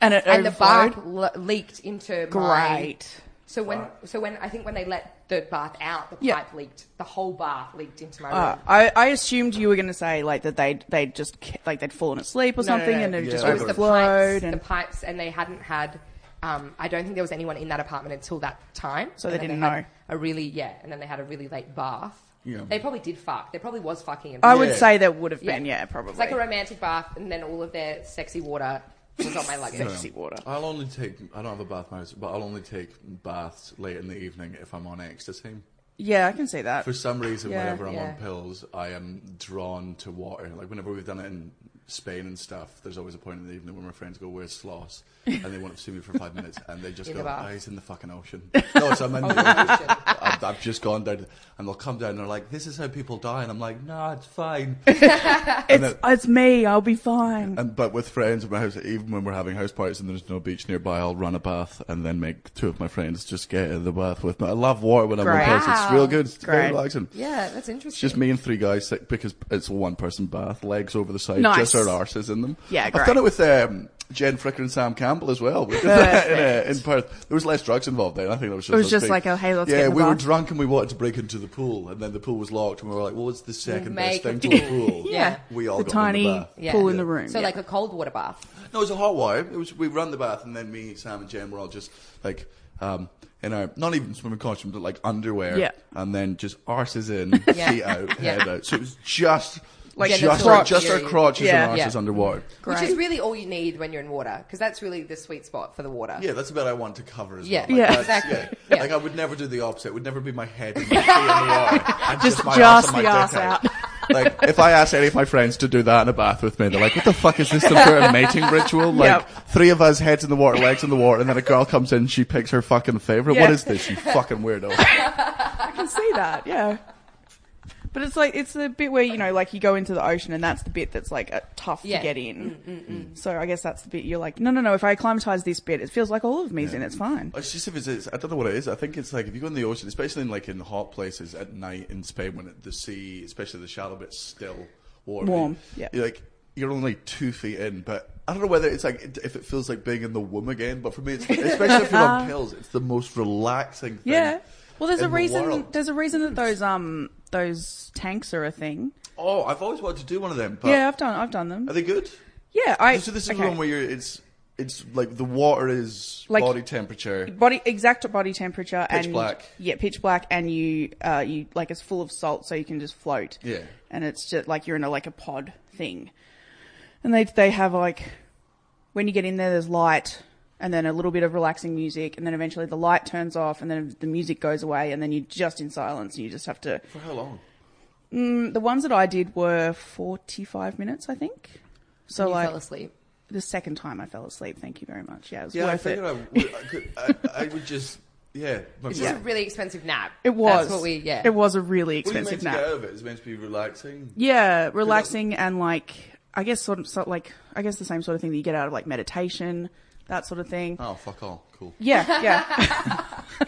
[SPEAKER 1] And it
[SPEAKER 3] and the
[SPEAKER 1] overflowed.
[SPEAKER 3] bath le- leaked into my
[SPEAKER 1] Great.
[SPEAKER 3] So when, so when I think when they let the bath out, the
[SPEAKER 1] Yeah.
[SPEAKER 3] pipe leaked. The whole bath leaked into my
[SPEAKER 1] Uh,
[SPEAKER 3] room.
[SPEAKER 1] I, I assumed you were going to say like that they they just ca- like they'd fallen asleep or
[SPEAKER 3] No, no,
[SPEAKER 1] something
[SPEAKER 3] no.
[SPEAKER 1] and it
[SPEAKER 4] Yeah.
[SPEAKER 1] just
[SPEAKER 3] it was the
[SPEAKER 1] overflowed
[SPEAKER 3] pipes, the
[SPEAKER 1] and
[SPEAKER 3] pipes, and they hadn't had. Um, I don't think there was anyone in that apartment until that time.
[SPEAKER 1] So they
[SPEAKER 3] And then
[SPEAKER 1] didn't
[SPEAKER 3] had
[SPEAKER 1] know.
[SPEAKER 3] A really yeah, and then they had a really late bath.
[SPEAKER 4] Yeah.
[SPEAKER 3] They probably did fuck. There probably was fucking. In
[SPEAKER 1] I
[SPEAKER 4] Yeah.
[SPEAKER 1] would say there would have been yeah, probably
[SPEAKER 3] It's like a romantic bath, and then all of their sexy water was on my luggage.
[SPEAKER 1] sexy water.
[SPEAKER 4] I'll only take. I don't have a bath myself, but I'll only take baths late in the evening if I'm on ecstasy.
[SPEAKER 1] Yeah, I can see that.
[SPEAKER 4] For some reason,
[SPEAKER 1] Yeah.
[SPEAKER 4] whenever I'm
[SPEAKER 3] Yeah.
[SPEAKER 4] on pills, I am drawn to water. Like whenever we've done it in Spain and stuff, there's always a point in the evening where my friends go, "Where's Sloss?" and they want to see me for five minutes, and they just
[SPEAKER 3] In
[SPEAKER 4] go,
[SPEAKER 3] the bath. Oh,
[SPEAKER 4] oh, "He's in the fucking ocean." No, so I'm in the ocean. I've, I've just gone down, and they'll come down and they're like, "This is how people die," and I'm like, "No, it's fine."
[SPEAKER 1] It's, it's me. I'll be fine.
[SPEAKER 4] And but with friends at my house, even when we're having house parties and there's no beach nearby, I'll run a bath and then make two of my friends just get in the bath with me. I love water when I'm
[SPEAKER 1] Great.
[SPEAKER 4] in place. It's real good. It's very
[SPEAKER 1] Great.
[SPEAKER 4] relaxing.
[SPEAKER 3] Yeah, that's
[SPEAKER 4] It's
[SPEAKER 3] interesting.
[SPEAKER 4] just me and three guys sit- because it's a one person bath, legs over the side,
[SPEAKER 1] Nice.
[SPEAKER 4] just our arses in them.
[SPEAKER 1] Yeah,
[SPEAKER 4] I've done
[SPEAKER 1] great.
[SPEAKER 4] it with um, Jen Fricker and Sam Campbell as well. We did that in, uh, in Perth. There was less drugs involved then. I think that was just,
[SPEAKER 1] It was
[SPEAKER 4] us
[SPEAKER 1] just
[SPEAKER 4] being-
[SPEAKER 1] like, oh, hey, let's
[SPEAKER 4] Yeah,
[SPEAKER 1] get in the
[SPEAKER 4] we were
[SPEAKER 1] bath.
[SPEAKER 4] drunk and we wanted to break into the pool, and then the pool was locked, and we were like, what's the second
[SPEAKER 3] Make
[SPEAKER 4] best
[SPEAKER 3] a
[SPEAKER 4] thing to
[SPEAKER 3] pool.
[SPEAKER 4] a pool?
[SPEAKER 3] Yeah.
[SPEAKER 4] We all
[SPEAKER 1] The
[SPEAKER 4] got
[SPEAKER 1] tiny
[SPEAKER 4] in the bath.
[SPEAKER 3] Yeah.
[SPEAKER 1] pool in the room.
[SPEAKER 3] So
[SPEAKER 1] yeah.
[SPEAKER 3] like a cold water bath.
[SPEAKER 4] No, it was a hot wire. It was we run the bath, and then me, Sam, and Jen were all just like um, in our not even swimming costumes, but like underwear.
[SPEAKER 1] Yeah.
[SPEAKER 4] And then just arses in,
[SPEAKER 3] Yeah.
[SPEAKER 4] feet out,
[SPEAKER 3] Yeah.
[SPEAKER 4] head out. So it was just
[SPEAKER 1] Like
[SPEAKER 4] just,
[SPEAKER 1] genital
[SPEAKER 4] our, just our
[SPEAKER 3] theory.
[SPEAKER 4] crotches
[SPEAKER 1] Yeah.
[SPEAKER 4] and arses
[SPEAKER 3] Yeah.
[SPEAKER 4] underwater.
[SPEAKER 3] Which
[SPEAKER 1] Great.
[SPEAKER 3] is really all you need when you're in water, because that's really the sweet spot for the water.
[SPEAKER 4] Yeah, that's about I want to cover as
[SPEAKER 3] Yeah.
[SPEAKER 4] well. Like,
[SPEAKER 3] Yeah.
[SPEAKER 4] that's-
[SPEAKER 3] Exactly.
[SPEAKER 4] Yeah.
[SPEAKER 3] Yeah.
[SPEAKER 4] Like I would never do the opposite. It would never be my head and my feet in the water. And
[SPEAKER 1] Just-
[SPEAKER 4] my
[SPEAKER 1] just
[SPEAKER 4] arse and
[SPEAKER 1] the
[SPEAKER 4] my
[SPEAKER 1] arse
[SPEAKER 4] dick
[SPEAKER 1] out.
[SPEAKER 4] Like if I asked any of my friends to do that in a bath with me, they're like, "What the fuck is this? Some sort of mating ritual? Like
[SPEAKER 1] Yep.
[SPEAKER 4] three of us heads in the water, legs in the water, and then a girl comes in, she picks her fucking favorite. What
[SPEAKER 1] Yeah.
[SPEAKER 4] is this? You fucking weirdo.
[SPEAKER 1] I can see that. Yeah. But it's like it's the bit where you know, like you go into the ocean, and that's the bit that's like uh, tough
[SPEAKER 3] Yeah.
[SPEAKER 1] to get in. So I guess that's the bit you're like, no, no, no. If I acclimatize this bit, it feels like all of me's in. It's fine.
[SPEAKER 4] It's just if it's, it's, I don't know what it is. I think it's like if you go in the ocean, especially in like in hot places at night in Spain when it, the sea, especially the shallow bit's still warm.
[SPEAKER 1] Warm, yeah.
[SPEAKER 4] You're like you're only two feet in, but I don't know whether it's like it- if it feels like being in the womb again. But for me, it's especially if you're on pills, it's the most relaxing thing.
[SPEAKER 1] Yeah. Well, there's a
[SPEAKER 4] in the
[SPEAKER 1] reason.
[SPEAKER 4] world.
[SPEAKER 1] There's a reason that those um those tanks are a thing.
[SPEAKER 4] oh, I've always wanted to do one of them. But
[SPEAKER 1] Yeah, I've done. I've done
[SPEAKER 4] Are
[SPEAKER 1] them.
[SPEAKER 4] they good?
[SPEAKER 1] Yeah, I.
[SPEAKER 4] so this is
[SPEAKER 1] okay.
[SPEAKER 4] the one where you're. It's it's like the water is
[SPEAKER 1] Like-
[SPEAKER 4] body temperature.
[SPEAKER 1] body exact body temperature
[SPEAKER 4] Pitch
[SPEAKER 1] and
[SPEAKER 4] black.
[SPEAKER 1] yeah pitch black and you uh you like it's full of salt so you can just float
[SPEAKER 4] Yeah.
[SPEAKER 1] and it's just like you're in a like a pod thing and they they have like when you get in there there's light and then a little bit of relaxing music and then eventually the light turns off and then the music goes away and then you're just in silence and you just have to Mm,
[SPEAKER 4] For how long?
[SPEAKER 1] the ones that I did were 45 minutes I think so
[SPEAKER 3] You
[SPEAKER 1] like
[SPEAKER 3] fell asleep.
[SPEAKER 1] the second time I fell asleep thank you very much yeah it was
[SPEAKER 4] Yeah, I
[SPEAKER 1] worth it
[SPEAKER 4] figured I, would, I could. I, I would just. Yeah, my
[SPEAKER 3] It's
[SPEAKER 4] brain-
[SPEAKER 3] just a really expensive nap.
[SPEAKER 1] it was
[SPEAKER 3] That's what we yeah.
[SPEAKER 1] it was a really
[SPEAKER 4] What are you meant
[SPEAKER 1] expensive
[SPEAKER 4] to get
[SPEAKER 1] nap
[SPEAKER 4] out of it? It's meant to be relaxing.
[SPEAKER 1] Yeah, relaxing and like I guess sort of sort like I guess the same sort of thing that you get out of like meditation, that sort of thing.
[SPEAKER 4] Oh, fuck all. Cool.
[SPEAKER 1] Yeah, yeah.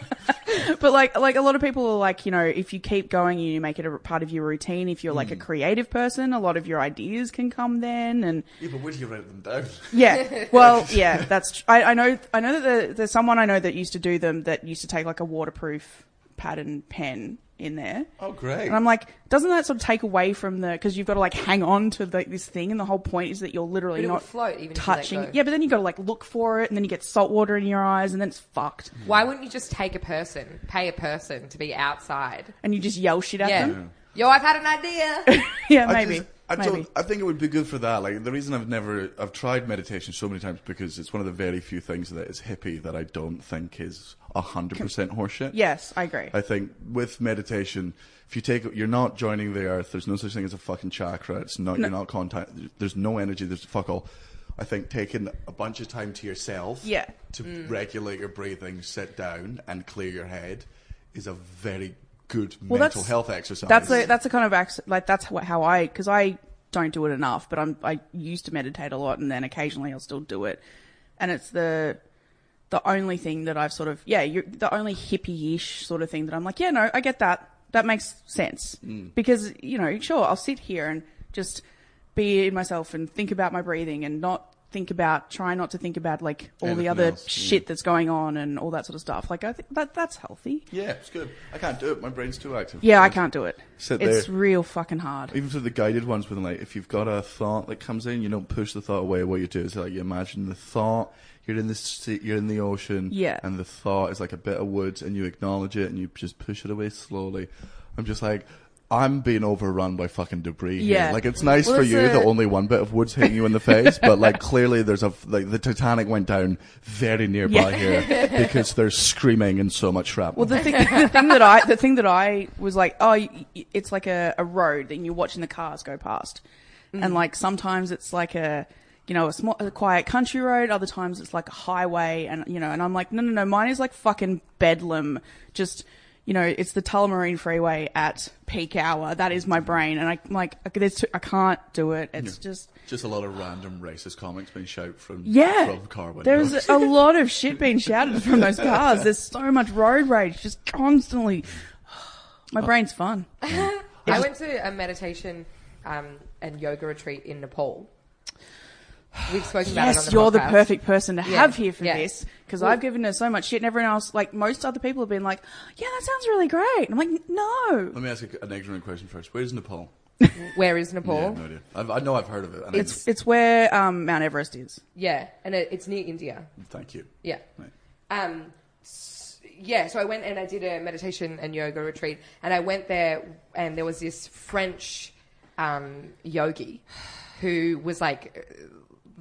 [SPEAKER 1] but like like a lot of people are like, you know, if you keep going and you make it a part of your routine, if you're
[SPEAKER 4] Mm.
[SPEAKER 1] like a creative person, a lot of your ideas can come then and
[SPEAKER 4] Yeah, but where do you write them down?
[SPEAKER 1] yeah. Well, yeah, that's tr- I, I know I know that there, there's someone I know that used to do them that used to take like a waterproof pattern pen in there.
[SPEAKER 4] Oh, great.
[SPEAKER 1] And I'm like, doesn't that sort of take away from the because you've got to like hang on to like this thing, and the whole point is that you're literally
[SPEAKER 3] But it would
[SPEAKER 1] not
[SPEAKER 3] float even if you let
[SPEAKER 1] touching.
[SPEAKER 3] go.
[SPEAKER 1] it. Yeah, but then you got to like look for it, and then you get salt water in your eyes, and then it's fucked,
[SPEAKER 3] Why wouldn't you just take a person, pay a person to be outside?
[SPEAKER 1] and you just yell shit at
[SPEAKER 3] Yeah.
[SPEAKER 1] them.
[SPEAKER 3] Yo, I've had an idea.
[SPEAKER 1] Yeah,
[SPEAKER 4] I
[SPEAKER 1] maybe.
[SPEAKER 4] just- I,
[SPEAKER 1] maybe.
[SPEAKER 4] don't, I think it would be good for that. Like the reason I've never, I've tried meditation so many times because it's one of the very few things that is hippie that I don't think is hundred percent horseshit.
[SPEAKER 1] yes, I agree.
[SPEAKER 4] I think with meditation, if you take, you're not joining the earth. There's no such thing as a fucking chakra. It's not. You're not contact. There's no energy. There's fuck all. I think taking a bunch of time to yourself,
[SPEAKER 1] Yeah. Mm.
[SPEAKER 4] to regulate your breathing, sit down, and clear your head, is a very good mental
[SPEAKER 1] that's-
[SPEAKER 4] health exercise.
[SPEAKER 1] that's a that's a kind of acc- like that's wha- how I because I don't do it enough, but I'm I used to meditate a lot, and then occasionally I'll still do it, and it's the the only thing that I've sort of yeah you're, the only hippie-ish sort of thing that I'm like yeah no I get that that makes sense
[SPEAKER 4] Mm.
[SPEAKER 1] because you know sure I'll sit here and just be in myself and think about my breathing and not think about try not to think about like all
[SPEAKER 4] Anything
[SPEAKER 1] the other
[SPEAKER 4] else, yeah.
[SPEAKER 1] shit that's going on and all that sort of stuff like I think that that's healthy
[SPEAKER 4] yeah, it's good. I can't do it. My brain's too active.
[SPEAKER 1] yeah I can't do it
[SPEAKER 4] Sit
[SPEAKER 1] it's
[SPEAKER 4] there.
[SPEAKER 1] real fucking hard
[SPEAKER 4] Even for the guided ones, when like if you've got a thought that comes in, you don't push the thought away. What you do is like you imagine the thought. You're in the sea, you're in the ocean,
[SPEAKER 1] Yeah.
[SPEAKER 4] And the thought is like a bit of woods, and you acknowledge it, and you just push it away slowly. I'm just like. I'm being overrun by fucking debris here.
[SPEAKER 1] Yeah.
[SPEAKER 4] Like it's nice
[SPEAKER 1] Well,
[SPEAKER 4] for
[SPEAKER 1] it's
[SPEAKER 4] you
[SPEAKER 1] a-
[SPEAKER 4] that only one bit of wood's hitting you in the face, but like clearly there's a like the Titanic went down very nearby
[SPEAKER 1] Yeah.
[SPEAKER 4] here because there's screaming and so much shrapnel.
[SPEAKER 1] Well, the thing, the thing that I, the thing that I was like, oh, y- y- it's like a, a road, and you're watching the cars go past, and like sometimes it's like a you know a small a quiet country road other times it's like a highway and you know and i'm like no no no mine is like fucking bedlam just you know it's the tullamarine freeway at peak hour that is my brain and I, i'm like okay, there's two, i can't do it it's just
[SPEAKER 4] Just a lot of random racist comments being shouted from
[SPEAKER 1] yeah
[SPEAKER 4] from car windows.
[SPEAKER 1] there's a lot of shit being shouted from those cars there's so much road rage just constantly my brain's fun
[SPEAKER 3] I went to a meditation um, and yoga retreat in Nepal. We've spoken about it on
[SPEAKER 1] Yes,
[SPEAKER 3] the
[SPEAKER 1] you're the
[SPEAKER 3] podcast.
[SPEAKER 1] perfect person to have here for
[SPEAKER 3] yeah.
[SPEAKER 1] this because I've given her so much shit, and everyone else, like most other people, have been like, "Yeah, that sounds really great." And I'm like, "No,
[SPEAKER 4] Let me ask you an ignorant question first. Where's Nepal?
[SPEAKER 3] Where is
[SPEAKER 4] Yeah,
[SPEAKER 3] Nepal?
[SPEAKER 4] no idea. I've, I know I've heard of it. And I
[SPEAKER 1] it's it's where um, Mount Everest is."
[SPEAKER 3] Yeah, and it, it's near India.
[SPEAKER 4] just- thank you.
[SPEAKER 3] Yeah.
[SPEAKER 4] Right.
[SPEAKER 3] Um, s- yeah, so I went and I did a meditation and yoga retreat, and I went there, and there was this French um, yogi who was like uh,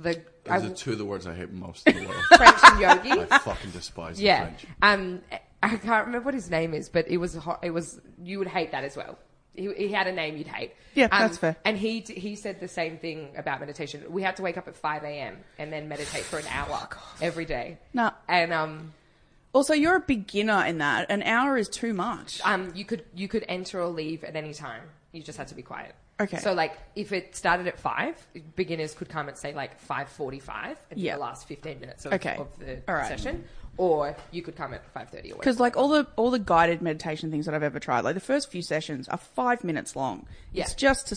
[SPEAKER 3] the I,
[SPEAKER 4] Those are two of the words I hate most in the world.
[SPEAKER 3] French and yogi.
[SPEAKER 4] I fucking despise the
[SPEAKER 3] Yeah.
[SPEAKER 4] French.
[SPEAKER 3] Um, I can't remember what his name is, but it was ho- it was you would hate that as well. He, he had a name you'd hate.
[SPEAKER 1] Yeah,
[SPEAKER 3] Um,
[SPEAKER 1] that's fair.
[SPEAKER 3] And he d- he said the same thing about meditation. We had to wake up at five a.m. and then meditate for an hour every day.
[SPEAKER 1] No.
[SPEAKER 3] and um,
[SPEAKER 1] Also, you're a beginner in that. An hour is too much.
[SPEAKER 3] um, you could you could enter or leave at any time. You just had to be quiet.
[SPEAKER 1] Okay.
[SPEAKER 3] So like, if it started at five, beginners could come at say like five forty-five and do
[SPEAKER 1] Yeah.
[SPEAKER 3] the last fifteen minutes of,
[SPEAKER 1] Okay.
[SPEAKER 3] of the
[SPEAKER 1] All right.
[SPEAKER 3] session, or you could come at five thirty or whatever.
[SPEAKER 1] Because like all the all the guided meditation things that I've ever tried, like the first few sessions are five minutes long.
[SPEAKER 3] Yeah.
[SPEAKER 1] It's just to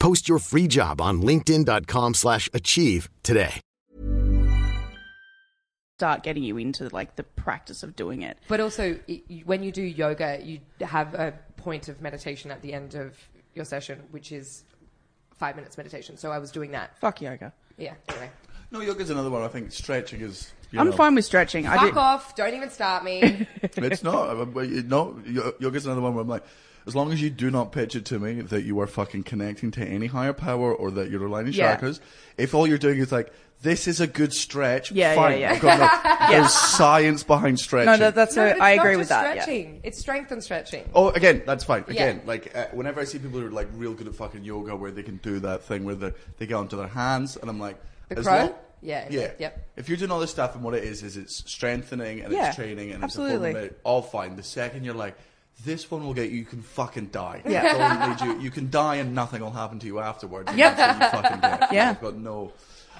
[SPEAKER 5] Post your free job on linkedin.com/achieve slash achieve today.
[SPEAKER 1] start getting you into like the practice of doing it.
[SPEAKER 3] But also, i- you- when you do yoga, you have a point of meditation at the end of your session, which is five minutes meditation. So I was doing that.
[SPEAKER 1] Fuck yoga.
[SPEAKER 3] Yeah. Anyway,
[SPEAKER 4] No, yoga's another one. I think stretching is. you
[SPEAKER 1] I'm
[SPEAKER 4] know,
[SPEAKER 1] fine with stretching. I
[SPEAKER 3] Oh. fuck
[SPEAKER 1] do.
[SPEAKER 3] off! Don't even start me.
[SPEAKER 4] It's not. uh, well, you- No, yo- yoga's another one where I'm like, as long as you do not pitch it to me that you are fucking connecting to any higher power or that you're aligning
[SPEAKER 1] Yeah.
[SPEAKER 4] chakras, if all you're doing is like, this is a good stretch,
[SPEAKER 1] Yeah, yeah,
[SPEAKER 4] fine.
[SPEAKER 1] yeah.
[SPEAKER 4] I've got no- There's science behind stretching.
[SPEAKER 1] No, that, that's
[SPEAKER 3] No, but
[SPEAKER 1] a,
[SPEAKER 3] it's
[SPEAKER 1] I
[SPEAKER 3] not
[SPEAKER 1] agree
[SPEAKER 3] just
[SPEAKER 1] with that. yeah.
[SPEAKER 3] Stretching. It's strength and stretching.
[SPEAKER 4] Oh, again, that's fine.
[SPEAKER 3] Yeah.
[SPEAKER 4] Again, like uh, whenever I see people who are like real good at fucking yoga, where they can do that thing where they they get onto their hands, and I'm like,
[SPEAKER 3] The
[SPEAKER 4] as
[SPEAKER 3] crow?
[SPEAKER 4] long-
[SPEAKER 3] Yeah,
[SPEAKER 4] yeah,
[SPEAKER 3] yep.
[SPEAKER 4] If you're doing all this stuff, and what it is is it's strengthening and
[SPEAKER 1] Yeah,
[SPEAKER 4] it's training and
[SPEAKER 1] absolutely.
[SPEAKER 4] it's a form of it, all fine. The second you're like, this one will get you. You can fucking die.
[SPEAKER 1] Yeah.
[SPEAKER 4] Don't need you. You can die, and nothing will happen to you afterwards. and
[SPEAKER 1] Yep.
[SPEAKER 4] that's what you fucking get.
[SPEAKER 1] Yeah.
[SPEAKER 4] I've got no.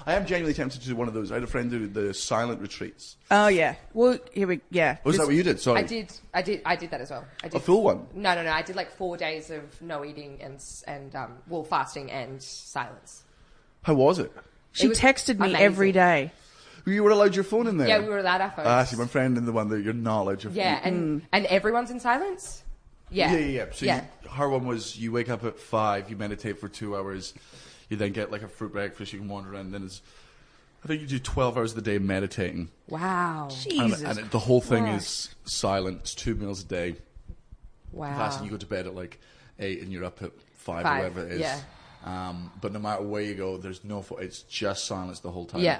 [SPEAKER 4] I am genuinely tempted to do one of those. I had a friend do the silent retreats.
[SPEAKER 1] Oh yeah. Well, here we yeah.
[SPEAKER 4] Was that what you did? Sorry,
[SPEAKER 3] I did. I did. I did that as well. I did
[SPEAKER 4] a full one.
[SPEAKER 3] No, no, no. I did like four days of no eating and s- and um, well, fasting and silence.
[SPEAKER 4] How was it?
[SPEAKER 1] She
[SPEAKER 3] was
[SPEAKER 1] texted me
[SPEAKER 3] amazing.
[SPEAKER 1] every day.
[SPEAKER 4] You were allowed your phone in there.
[SPEAKER 3] Yeah, we were allowed our phones.
[SPEAKER 4] Ah, see, my friend in the one that you're not allowed your
[SPEAKER 3] yeah, and and everyone's in silence. Yeah.
[SPEAKER 4] Mm-hmm. yeah, yeah, yeah. So You, her one was you wake up at five, you meditate for two hours, you then get like a fruit breakfast, you can wander around, and then it's. I think you do twelve hours of the day meditating,
[SPEAKER 3] wow.
[SPEAKER 4] and,
[SPEAKER 1] Jesus.
[SPEAKER 4] and it- the whole thing is silent. It's two meals a day.
[SPEAKER 3] Wow.
[SPEAKER 4] Fasting. You go to bed at like eight, and you're up at five,
[SPEAKER 3] Five,
[SPEAKER 4] or whatever it is.
[SPEAKER 3] yeah.
[SPEAKER 4] Um, but no matter where you go, there's no. Fo- it's just silence the whole time.
[SPEAKER 3] Yeah.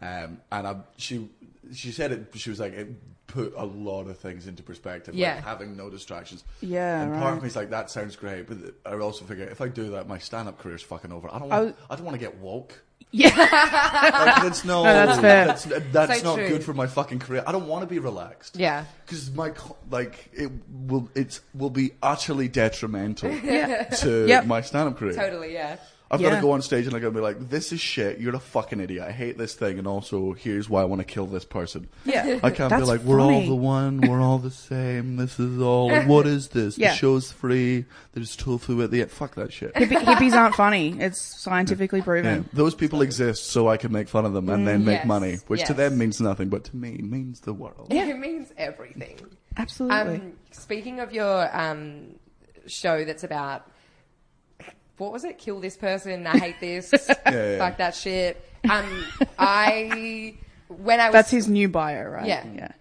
[SPEAKER 4] Um, and I, she she said it. She was like, it put a lot of things into perspective.
[SPEAKER 3] Yeah.
[SPEAKER 4] Like having no distractions.
[SPEAKER 1] Yeah,
[SPEAKER 4] And part of
[SPEAKER 1] right.
[SPEAKER 4] me is like, that sounds great, but I also figure if I do that, my stand-up career's fucking over. I don't.
[SPEAKER 1] I
[SPEAKER 4] Want,
[SPEAKER 1] was-
[SPEAKER 3] Oh.
[SPEAKER 4] I, don't want to get woke.
[SPEAKER 1] Yeah.
[SPEAKER 4] Like, that's no,
[SPEAKER 1] that's fair.
[SPEAKER 4] That's, that's
[SPEAKER 3] So
[SPEAKER 4] not
[SPEAKER 3] true.
[SPEAKER 4] good for my fucking career. I don't want to be relaxed.
[SPEAKER 3] Yeah.
[SPEAKER 4] Because my co- like it will it's will be utterly detrimental
[SPEAKER 1] Yeah.
[SPEAKER 4] to
[SPEAKER 1] Yep.
[SPEAKER 4] my stand-up career.
[SPEAKER 3] Totally, yeah.
[SPEAKER 4] I've got
[SPEAKER 1] Yeah.
[SPEAKER 4] to go on stage and I'm gonna be like, "This is shit. You're a fucking idiot. I hate this thing, and also here's why I want to kill this person."
[SPEAKER 1] Yeah.
[SPEAKER 4] I can't be
[SPEAKER 1] That's
[SPEAKER 4] like, "We're all
[SPEAKER 1] funny.
[SPEAKER 4] the one. We're all the same. This is all. What is this?
[SPEAKER 1] Yeah.
[SPEAKER 4] The show's free. There's tofu at the end. Fuck that shit."
[SPEAKER 1] Hippie- hippies aren't funny. It's scientifically
[SPEAKER 4] Yeah,
[SPEAKER 1] proven.
[SPEAKER 4] those people exist so I can make fun of them and
[SPEAKER 1] Mm,
[SPEAKER 4] then make
[SPEAKER 3] Yes,
[SPEAKER 4] money, which to
[SPEAKER 3] yes.
[SPEAKER 4] them means nothing, but to me means the world.
[SPEAKER 3] It means everything.
[SPEAKER 1] Absolutely.
[SPEAKER 3] Um, speaking of your um, show that's about what was it? Kill this person. I hate this.
[SPEAKER 4] yeah.
[SPEAKER 3] Fuck that shit. Um, I when I was
[SPEAKER 1] That's his new bio, right?
[SPEAKER 3] Yeah.
[SPEAKER 1] Yeah.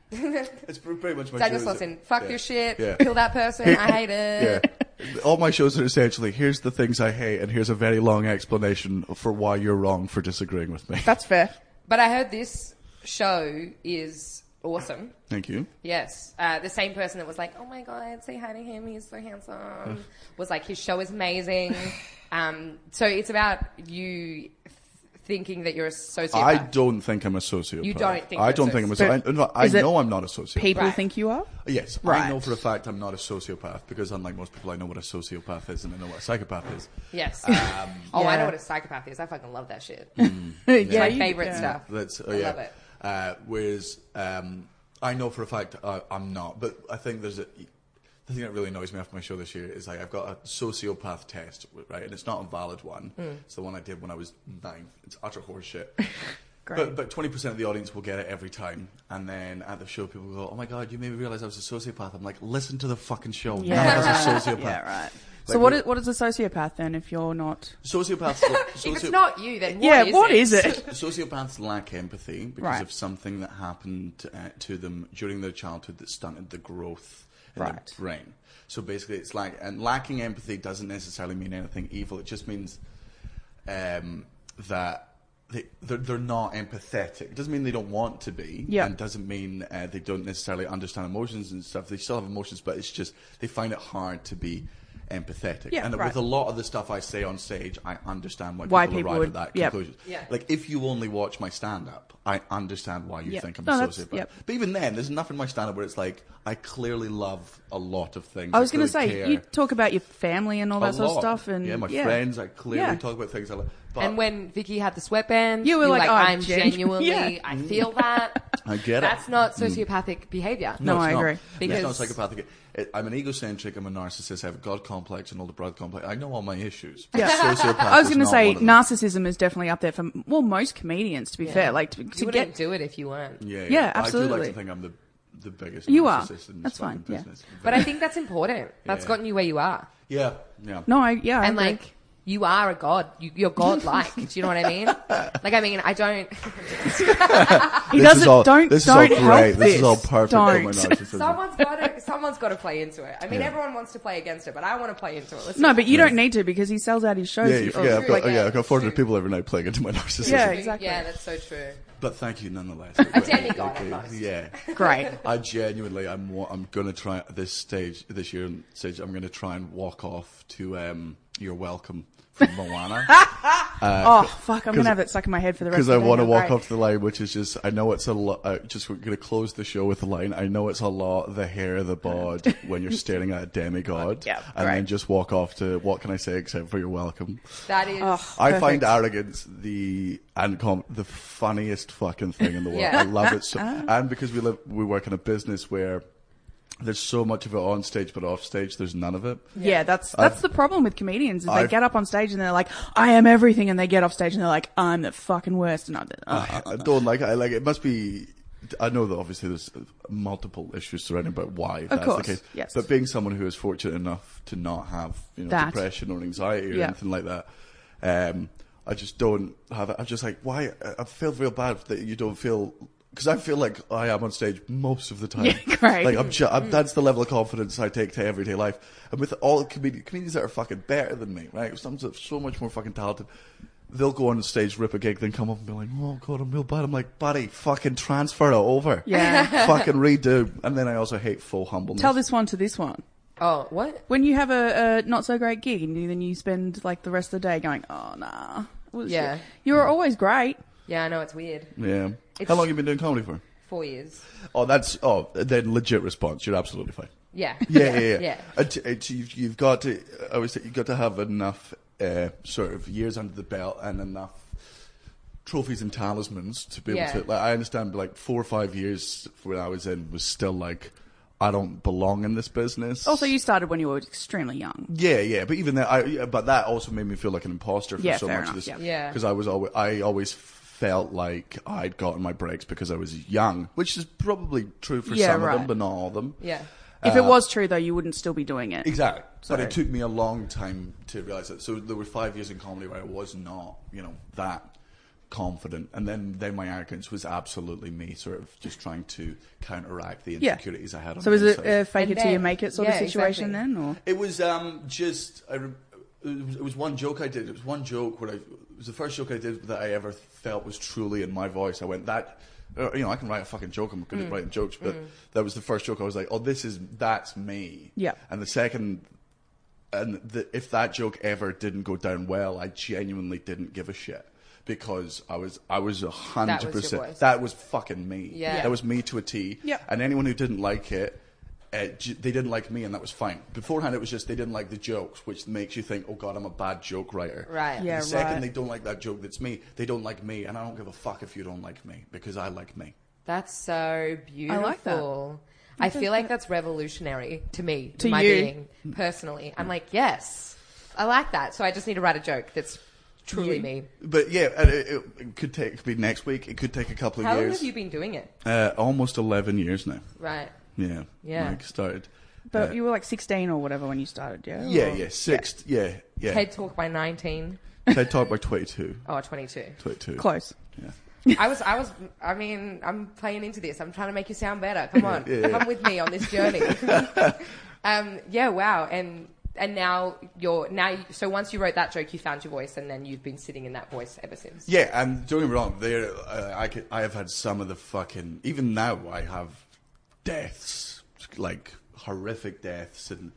[SPEAKER 4] It's pre- pretty much my
[SPEAKER 3] Daniel
[SPEAKER 4] shows.
[SPEAKER 3] Slauson, fuck
[SPEAKER 4] Yeah.
[SPEAKER 3] your shit.
[SPEAKER 4] Yeah.
[SPEAKER 3] Kill that person. I hate it.
[SPEAKER 4] Yeah. All my shows are essentially here's the things I hate, and here's a very long explanation for why you're wrong for disagreeing with me.
[SPEAKER 1] That's fair.
[SPEAKER 3] But I heard this show is awesome.
[SPEAKER 4] Thank you.
[SPEAKER 3] Yes. Uh, the same person that was like, oh my God, say hi to him. He's so handsome. was like, his show is amazing. Um, so it's about you th- thinking that you're a sociopath.
[SPEAKER 4] I don't think I'm a sociopath.
[SPEAKER 3] You don't think
[SPEAKER 4] I
[SPEAKER 3] you're
[SPEAKER 4] don't
[SPEAKER 3] a
[SPEAKER 4] think I'm a
[SPEAKER 1] sociopath.
[SPEAKER 4] sociopath. I, in fact, I
[SPEAKER 1] Is it
[SPEAKER 4] know I'm not a sociopath.
[SPEAKER 1] People
[SPEAKER 3] Right.
[SPEAKER 1] think you are?
[SPEAKER 4] Yes,
[SPEAKER 1] Right.
[SPEAKER 4] I know for a fact I'm not a sociopath because unlike most people, I know what a sociopath is and I know what a psychopath is.
[SPEAKER 3] Yes.
[SPEAKER 4] Um,
[SPEAKER 3] oh, I
[SPEAKER 1] Yeah.
[SPEAKER 3] know what a psychopath is. I fucking love that shit.
[SPEAKER 1] yeah.
[SPEAKER 3] My
[SPEAKER 1] you-
[SPEAKER 3] favorite
[SPEAKER 1] yeah.
[SPEAKER 3] stuff.
[SPEAKER 4] Mm. That's oh,
[SPEAKER 3] I
[SPEAKER 4] yeah.
[SPEAKER 3] love it.
[SPEAKER 4] Uh, whereas um, I know for a fact I, I'm not, but I think there's a. The thing that really annoys me after my show this year is like I've got a sociopath test, right? And it's not a valid one.
[SPEAKER 3] Hmm.
[SPEAKER 4] It's the one I did when I was nine. It's utter horseshit. But but twenty percent of the audience will get it every time, and then at the show people go, "Oh my god, you made me realize I was a sociopath." I'm like, listen to the fucking show. None of us are sociopaths.
[SPEAKER 1] Yeah, right. So
[SPEAKER 4] Like,
[SPEAKER 1] what
[SPEAKER 4] we-
[SPEAKER 1] is, what is a sociopath then if you're not?
[SPEAKER 4] Sociopaths. soci-
[SPEAKER 3] If it's not you, then what
[SPEAKER 1] yeah,
[SPEAKER 3] is
[SPEAKER 1] what
[SPEAKER 3] it?
[SPEAKER 1] is it?
[SPEAKER 4] Sociopaths lack empathy because
[SPEAKER 1] Right.
[SPEAKER 4] of something that happened uh, to them during their childhood that stunted the growth in their
[SPEAKER 1] Right.
[SPEAKER 4] brain. So basically, it's like and lacking empathy doesn't necessarily mean anything evil. It just means um, that. They, they're, they're not empathetic. It doesn't mean they don't want to be.
[SPEAKER 1] Yeah.
[SPEAKER 4] And doesn't mean uh, they don't necessarily understand emotions and stuff. They still have emotions, but it's just they find it hard to be empathetic.
[SPEAKER 1] Yeah,
[SPEAKER 4] and
[SPEAKER 1] right.
[SPEAKER 4] with a lot of the stuff I say on stage, I understand why,
[SPEAKER 1] Why
[SPEAKER 4] people,
[SPEAKER 1] people
[SPEAKER 4] arrive
[SPEAKER 1] would-
[SPEAKER 4] at that
[SPEAKER 1] yep.
[SPEAKER 4] conclusion.
[SPEAKER 3] Yeah.
[SPEAKER 4] Like if you only watch my stand up, I understand why you
[SPEAKER 1] Yeah.
[SPEAKER 4] think I'm
[SPEAKER 1] No,
[SPEAKER 4] a
[SPEAKER 1] that's-
[SPEAKER 4] sociopath.
[SPEAKER 1] yep.
[SPEAKER 4] But even then, there's enough in my stand up where it's like I clearly love a lot of things.
[SPEAKER 1] I was
[SPEAKER 4] going to
[SPEAKER 1] say you talk about your family and all that sort of stuff, and
[SPEAKER 4] yeah, my friends, I clearly
[SPEAKER 1] Yeah.
[SPEAKER 4] talk about things I love. But
[SPEAKER 3] And when Vicky had the sweatband,
[SPEAKER 1] You were like, "Oh, I'm
[SPEAKER 3] I'm
[SPEAKER 1] genu-
[SPEAKER 3] genuinely,
[SPEAKER 1] Yeah.
[SPEAKER 3] I feel that.
[SPEAKER 4] I get it.
[SPEAKER 3] That's not sociopathic behavior.
[SPEAKER 1] No,
[SPEAKER 4] it's
[SPEAKER 1] I
[SPEAKER 4] not.
[SPEAKER 1] agree.
[SPEAKER 4] it's not
[SPEAKER 3] Because-
[SPEAKER 4] psychopathic. It- I'm an egocentric. I'm a narcissist. I have a god complex and older brother complex. I know all my issues.
[SPEAKER 1] Yeah.
[SPEAKER 4] Sociopath
[SPEAKER 1] I was
[SPEAKER 4] is
[SPEAKER 1] going to
[SPEAKER 4] not
[SPEAKER 1] say
[SPEAKER 4] one of them.
[SPEAKER 1] narcissism is definitely up there for well most comedians. To be fair, like to,
[SPEAKER 3] You
[SPEAKER 1] to
[SPEAKER 3] wouldn't
[SPEAKER 1] get
[SPEAKER 3] do it if you weren't.
[SPEAKER 4] Yeah, yeah.
[SPEAKER 1] Yeah,
[SPEAKER 4] I do like
[SPEAKER 1] absolutely.
[SPEAKER 4] to think I'm the the biggest.
[SPEAKER 1] You are.
[SPEAKER 4] narcissist In
[SPEAKER 1] That's
[SPEAKER 4] this fucking
[SPEAKER 1] fine, yeah.
[SPEAKER 4] Business.
[SPEAKER 3] But I think that's important. That's
[SPEAKER 4] Yeah.
[SPEAKER 3] gotten you where you are.
[SPEAKER 4] yeah, yeah.
[SPEAKER 1] no, I yeah, I
[SPEAKER 3] and
[SPEAKER 1] agree.
[SPEAKER 3] like you are a god. You, you're god-like. do you know what I mean? Like I mean, I don't.
[SPEAKER 1] he
[SPEAKER 4] This is
[SPEAKER 1] doesn't
[SPEAKER 4] all-
[SPEAKER 1] don't
[SPEAKER 4] this is
[SPEAKER 1] don't
[SPEAKER 4] all
[SPEAKER 1] help
[SPEAKER 4] great. This is all perfect for my
[SPEAKER 1] Don't.
[SPEAKER 4] narcissism.
[SPEAKER 3] Someone's got to. Someone's got to play into it. I mean, everyone wants to play against it, but I want to play into it. Let's
[SPEAKER 1] no, but you don't need to because he sells out his shows.
[SPEAKER 4] Yeah, you
[SPEAKER 1] He-
[SPEAKER 4] forget. I've
[SPEAKER 1] like,
[SPEAKER 4] got, yeah, I've got 400 people every night playing into my narcissism.
[SPEAKER 1] Yeah,
[SPEAKER 3] do-
[SPEAKER 1] exactly.
[SPEAKER 3] Yeah, that's so true.
[SPEAKER 4] But thank you nonetheless.
[SPEAKER 3] demigod at most.
[SPEAKER 4] Yeah.
[SPEAKER 1] great.
[SPEAKER 4] I genuinely, I'm, wa- I'm going to try at this stage, this year, and stage, I'm going to try and walk off to um, You're Welcome from Moana.
[SPEAKER 1] oh fuck, I'm
[SPEAKER 4] 'cause-
[SPEAKER 1] gonna have that stuck in my head for the rest.
[SPEAKER 4] Because
[SPEAKER 1] of
[SPEAKER 4] I
[SPEAKER 1] the day.
[SPEAKER 4] want to
[SPEAKER 1] Oh,
[SPEAKER 4] walk
[SPEAKER 1] great.
[SPEAKER 4] off the line, which is just, I know it's a lot, uh, just going to close the show with a line. I know it's a lot, the hair, the bod, when you're staring at a demigod.
[SPEAKER 1] Yeah,
[SPEAKER 4] and
[SPEAKER 1] right.
[SPEAKER 4] then just walk off to, what can I say except for You're Welcome?
[SPEAKER 3] That is.
[SPEAKER 4] I
[SPEAKER 1] Perfect.
[SPEAKER 4] find arrogance the and com- the funniest fucking thing in the world.
[SPEAKER 3] Yeah.
[SPEAKER 4] I love it so, and because we live, we work in a business where there's so much of it on stage, but off stage there's none of it.
[SPEAKER 1] Yeah, that's that's the problem with comedians is they
[SPEAKER 4] I've-
[SPEAKER 1] get up on stage and they're like, I am everything, and they get off stage and they're like, I'm the fucking worst, and I'm the, uh,
[SPEAKER 4] I, I don't like it. I like it. Must be. I know that obviously there's multiple issues surrounding about why that's
[SPEAKER 1] course,
[SPEAKER 4] the case.
[SPEAKER 1] yes.
[SPEAKER 4] But being someone who is fortunate enough to not have you know
[SPEAKER 1] That.
[SPEAKER 4] depression or anxiety or
[SPEAKER 1] Yeah.
[SPEAKER 4] anything like that, um, I just don't have it. I'm just like, why? I- I feel real bad that you don't feel because I feel like I am on stage most of the time.
[SPEAKER 1] Yeah, right.
[SPEAKER 4] Like I'm, ju- I'm that's the level of confidence I take to everyday life. And with all comedians, comedians that are fucking better than me, right? Some that are so much more fucking talented. They'll go on stage, rip a gig, then come up and be like, "Oh god, I'm real bad." I'm like, "Buddy, fucking transfer it over,
[SPEAKER 1] Yeah.
[SPEAKER 4] fucking redo." And then I also hate full humbleness.
[SPEAKER 1] tell this one to this one.
[SPEAKER 3] oh, what?
[SPEAKER 1] When you have a, a not so great gig and you- then you spend like the rest of the day going, oh nah, Well, shit.
[SPEAKER 3] Yeah.
[SPEAKER 1] you were always great.
[SPEAKER 3] Yeah, I know it's weird.
[SPEAKER 4] yeah. How long have you been doing comedy for?
[SPEAKER 3] Four years.
[SPEAKER 4] Oh, that's oh, then legit response. You're absolutely fine.
[SPEAKER 3] Yeah.
[SPEAKER 4] Yeah, yeah, yeah.
[SPEAKER 3] Yeah.
[SPEAKER 4] Uh, t- uh, t- you've, you've got to. I always say you've got to have enough uh, sort of years under the belt and enough trophies and talismans to be
[SPEAKER 3] Yeah.
[SPEAKER 4] able to. Like, I understand, like four or five years when I was in was still like, I don't belong in this business.
[SPEAKER 3] Oh.
[SPEAKER 1] Also, you started when you were extremely young.
[SPEAKER 4] Yeah, yeah, but even that, I, yeah, but that also made me feel like an imposter for
[SPEAKER 1] Yeah,
[SPEAKER 4] so
[SPEAKER 1] fair
[SPEAKER 4] much
[SPEAKER 1] enough,
[SPEAKER 4] of this.
[SPEAKER 1] yeah.
[SPEAKER 3] Yeah.
[SPEAKER 4] because I was always, I always felt like I'd gotten my breaks because I was young, which is probably true for
[SPEAKER 1] Yeah,
[SPEAKER 4] some of
[SPEAKER 1] right.
[SPEAKER 4] them, but not all of them.
[SPEAKER 3] Yeah.
[SPEAKER 1] If it was true though, you wouldn't still be doing it.
[SPEAKER 4] Uh, Exactly. But it took me a long time to realize that. So there were five years in comedy where I was not, you know, that confident. And then, then my arrogance was absolutely me sort of just trying to counteract the
[SPEAKER 1] Yeah.
[SPEAKER 4] insecurities I had on
[SPEAKER 1] So
[SPEAKER 4] the
[SPEAKER 1] is it
[SPEAKER 4] inside.
[SPEAKER 1] a fake
[SPEAKER 3] And
[SPEAKER 1] it till you
[SPEAKER 3] then-
[SPEAKER 1] make it sort of
[SPEAKER 3] yeah,
[SPEAKER 1] situation
[SPEAKER 3] exactly.
[SPEAKER 1] then, or
[SPEAKER 4] It was um, just I re- it, was, it was one joke I did. It was one joke where I it was the first joke I did that I ever felt was truly in my voice. I went that. uh, You know, I can write a fucking joke. I'm good
[SPEAKER 3] Mm.
[SPEAKER 4] at writing jokes, but that was the first joke. I was like, "Oh, this is that's me."
[SPEAKER 1] Yeah.
[SPEAKER 4] And the second, and the, if that joke ever didn't go down well, I genuinely didn't give a shit because I was I was a hundred
[SPEAKER 3] was your voice.
[SPEAKER 4] percent. That was fucking me.
[SPEAKER 3] Yeah.
[SPEAKER 4] That was me to a T.
[SPEAKER 1] Yep.
[SPEAKER 4] And anyone who didn't like it, uh, j- they didn't like me, and that was fine. Beforehand, it was just they didn't like the jokes, which makes you think, oh god, I'm a bad joke writer.
[SPEAKER 3] Right.
[SPEAKER 4] And
[SPEAKER 1] Yeah,
[SPEAKER 4] the second
[SPEAKER 1] right.
[SPEAKER 4] they don't like that joke, that's me. They don't like me, and I don't give a fuck if you don't like me because I like me.
[SPEAKER 3] That's so beautiful. I
[SPEAKER 1] like that.
[SPEAKER 3] feel like that's revolutionary to me, to,
[SPEAKER 1] To
[SPEAKER 3] my
[SPEAKER 1] you.
[SPEAKER 3] being personally. I'm like, yes, I like that. So I just need to write a joke that's truly me.
[SPEAKER 4] But yeah, and it, it, it could take it could be next week. It could take a couple of
[SPEAKER 3] How long
[SPEAKER 4] years.
[SPEAKER 3] have you been doing it?
[SPEAKER 4] uh, almost eleven years now.
[SPEAKER 3] Right.
[SPEAKER 4] Yeah.
[SPEAKER 3] Yeah.
[SPEAKER 4] Like started. Uh,
[SPEAKER 1] but you were like 16 or whatever when you started, yeah?
[SPEAKER 4] Yeah,
[SPEAKER 1] Or-
[SPEAKER 4] yeah, sixth, yeah, yeah.
[SPEAKER 3] TED Talk by 19
[SPEAKER 4] TED Talk by 22.
[SPEAKER 3] or 22.
[SPEAKER 4] 22.
[SPEAKER 1] Close.
[SPEAKER 4] Yeah.
[SPEAKER 3] I was, I was, I mean, I'm playing into this. I'm trying to make you sound better. Come on,
[SPEAKER 4] Yeah, yeah.
[SPEAKER 3] come with me on this journey. um, yeah, wow. And and now you're now. You, so once you wrote that joke, you found your voice, and then you've been sitting in that voice ever since.
[SPEAKER 4] Yeah, and don't get me wrong. There, uh, I could, I have had some of the fucking. Even now, I have deaths, like horrific deaths, and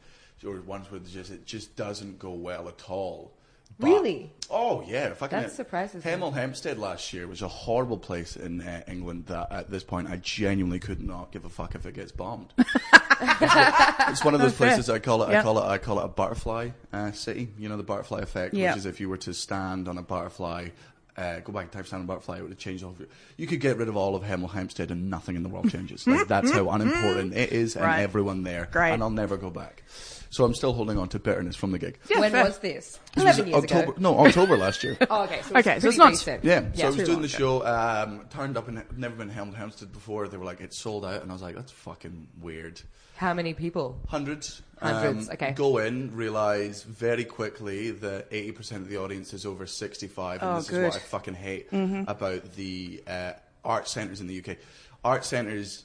[SPEAKER 4] or ones where it's just it just doesn't go well at all. But-
[SPEAKER 3] Really?
[SPEAKER 4] Oh yeah, fucking.
[SPEAKER 3] That surprises me.
[SPEAKER 4] Hemel Hempstead last year was a horrible place in uh, England that at this point I genuinely could not give a fuck if it gets bombed. it's one of those places I call it. I
[SPEAKER 1] Yeah.
[SPEAKER 4] call it. I call it a butterfly uh, city. You know the butterfly effect,
[SPEAKER 1] Yeah.
[SPEAKER 4] which is if you were to stand on a butterfly. Uh, go back and type stand on butterfly, it would have changed all of your. You could get rid of all of Hemel Hempstead and nothing in the world changes. Like, that's how unimportant it is and
[SPEAKER 1] Right.
[SPEAKER 4] everyone there.
[SPEAKER 1] Great.
[SPEAKER 4] And I'll never go back. So I'm still holding on to bitterness from the gig.
[SPEAKER 3] when
[SPEAKER 1] fair.
[SPEAKER 3] was this?
[SPEAKER 4] This was
[SPEAKER 3] Eleven years
[SPEAKER 4] October,
[SPEAKER 3] ago.
[SPEAKER 4] No, October last year.
[SPEAKER 3] Oh, okay. So
[SPEAKER 1] Okay, so
[SPEAKER 3] it's,
[SPEAKER 1] it's
[SPEAKER 3] pretty
[SPEAKER 1] not-
[SPEAKER 3] recent.
[SPEAKER 4] Yeah, so I was
[SPEAKER 1] too
[SPEAKER 4] doing
[SPEAKER 1] long
[SPEAKER 4] the
[SPEAKER 1] ago.
[SPEAKER 4] show. Um, turned up and never been Helm Hempstead before. They were like, it's sold out, and I was like, that's fucking weird.
[SPEAKER 3] How many people?
[SPEAKER 4] Hundreds, Um,
[SPEAKER 3] Hundreds, okay.
[SPEAKER 4] Go in, realize very quickly that eighty percent of the audience is over sixty-five, and
[SPEAKER 1] Oh,
[SPEAKER 4] this
[SPEAKER 1] good.
[SPEAKER 4] is what I fucking hate
[SPEAKER 3] Mm-hmm.
[SPEAKER 4] about the uh, art centers in the UK. Art centers,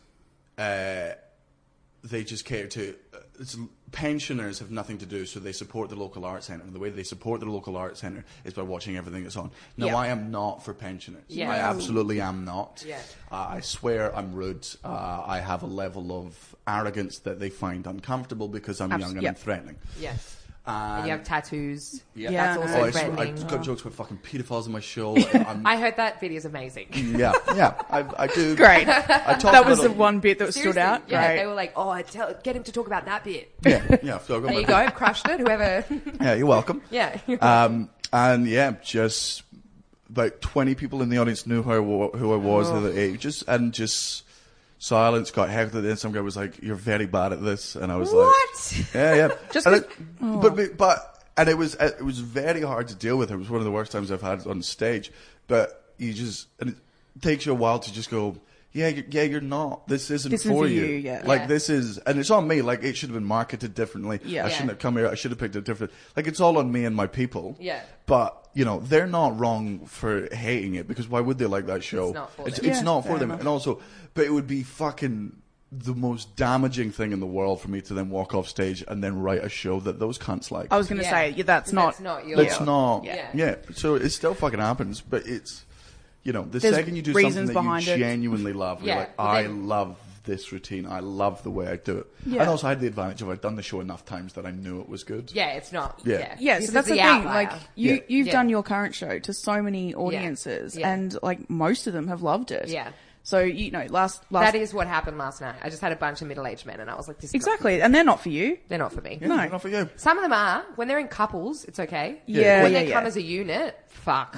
[SPEAKER 4] uh, they just cater to uh, it's, pensioners have nothing to do, so they support the local art centre. And the way they support the local art centre is by watching everything that's on. Now,
[SPEAKER 3] Yeah.
[SPEAKER 4] I am not for pensioners.
[SPEAKER 3] Yeah.
[SPEAKER 4] I absolutely am not.
[SPEAKER 3] Yeah.
[SPEAKER 4] Uh, I swear I'm rude. Uh, I have a level of arrogance that they find uncomfortable because I'm
[SPEAKER 1] Abs-
[SPEAKER 4] young and
[SPEAKER 1] yeah.
[SPEAKER 4] I'm threatening.
[SPEAKER 3] Yes.
[SPEAKER 4] And
[SPEAKER 3] and you have tattoos.
[SPEAKER 4] Um, Yeah.
[SPEAKER 1] Yeah, I
[SPEAKER 3] That's
[SPEAKER 4] Oh,
[SPEAKER 3] also
[SPEAKER 4] I, swear- I
[SPEAKER 3] threatening.
[SPEAKER 4] got jokes with fucking pedophiles in my show. I'm,
[SPEAKER 3] I heard that video is amazing.
[SPEAKER 4] yeah, yeah, I, I do.
[SPEAKER 1] Great.
[SPEAKER 4] I talk
[SPEAKER 1] that was the
[SPEAKER 4] about it-
[SPEAKER 1] one bit that stood
[SPEAKER 3] Seriously,
[SPEAKER 1] out.
[SPEAKER 3] Yeah,
[SPEAKER 1] Great.
[SPEAKER 3] they were like, "Oh, tell, get him to talk about that bit."
[SPEAKER 4] Yeah, yeah. So I've got
[SPEAKER 3] There
[SPEAKER 4] my
[SPEAKER 3] you go, crushed it. Whoever.
[SPEAKER 4] Yeah, you're welcome.
[SPEAKER 3] Yeah, you're
[SPEAKER 4] um, and yeah, just about 20 people in the audience knew who I, wa- who I was.
[SPEAKER 1] Oh.
[SPEAKER 4] at the age. Just and just silence got hectic. Then some guy was like, "You're very bad at this," and I was
[SPEAKER 3] What?
[SPEAKER 4] like, "Yeah, yeah."
[SPEAKER 1] Just oh.
[SPEAKER 4] And
[SPEAKER 1] 'cause-
[SPEAKER 4] it- but but and it was it was very hard to deal with. It was one of the worst times I've had on stage. But you just and it takes you a while to just go. Yeah, you're, yeah, you're not. This isn't
[SPEAKER 1] This isn't
[SPEAKER 4] for
[SPEAKER 1] you,
[SPEAKER 4] you.
[SPEAKER 1] yeah.
[SPEAKER 4] Like
[SPEAKER 3] Yeah.
[SPEAKER 4] this is, and it's on me. Like it should have been marketed differently.
[SPEAKER 1] Yeah.
[SPEAKER 4] I
[SPEAKER 1] Yeah.
[SPEAKER 4] shouldn't have come here. I should have picked a different. Like it's all on me and my people.
[SPEAKER 3] Yeah.
[SPEAKER 4] But you know they're not wrong for hating it because why would they like that show?
[SPEAKER 3] not for
[SPEAKER 4] it's,
[SPEAKER 3] them.
[SPEAKER 4] it's
[SPEAKER 1] Yeah,
[SPEAKER 4] not for
[SPEAKER 1] fair
[SPEAKER 4] them.
[SPEAKER 1] enough.
[SPEAKER 4] And also, but it would be fucking the most damaging thing in the world for me to then walk off stage and then write a show that those cunts like.
[SPEAKER 1] I was going to
[SPEAKER 3] Yeah.
[SPEAKER 1] say, yeah, that's not.
[SPEAKER 3] That's not your-
[SPEAKER 4] That's
[SPEAKER 3] Yeah.
[SPEAKER 4] not.
[SPEAKER 3] Yeah.
[SPEAKER 4] Yeah. So it still fucking happens, but it's you know the
[SPEAKER 1] There's
[SPEAKER 4] second you do
[SPEAKER 1] reasons
[SPEAKER 4] something that
[SPEAKER 1] behind
[SPEAKER 4] you
[SPEAKER 1] it.
[SPEAKER 4] genuinely love, you're
[SPEAKER 3] Yeah,
[SPEAKER 4] like,
[SPEAKER 3] well,
[SPEAKER 4] I
[SPEAKER 3] then-
[SPEAKER 4] love this routine. I love the way I do it.
[SPEAKER 1] Yeah.
[SPEAKER 4] And also, I had the advantage of I'd done the show enough times that I knew it was good.
[SPEAKER 3] Yeah, it's not.
[SPEAKER 4] Yeah.
[SPEAKER 3] Yeah,
[SPEAKER 1] Yeah,
[SPEAKER 3] This
[SPEAKER 1] so
[SPEAKER 3] is
[SPEAKER 1] that's the, thing.
[SPEAKER 3] outlier.
[SPEAKER 1] Like you,
[SPEAKER 4] Yeah.
[SPEAKER 1] you've
[SPEAKER 3] Yeah.
[SPEAKER 1] done your current show to so many audiences,
[SPEAKER 3] Yeah.
[SPEAKER 1] and like most of them have loved it.
[SPEAKER 3] Yeah.
[SPEAKER 1] So you know, last last
[SPEAKER 3] that is what happened last night. I just had a bunch of middle-aged men, and I was like, "This is not-
[SPEAKER 1] exactly, and they're not for you.
[SPEAKER 3] they're not for me."
[SPEAKER 4] Yeah, enough of you.
[SPEAKER 3] Some of them are. When they're in couples, it's okay.
[SPEAKER 1] Yeah,
[SPEAKER 3] When
[SPEAKER 1] yeah,
[SPEAKER 3] they
[SPEAKER 1] yeah.
[SPEAKER 3] come as a unit, fuck.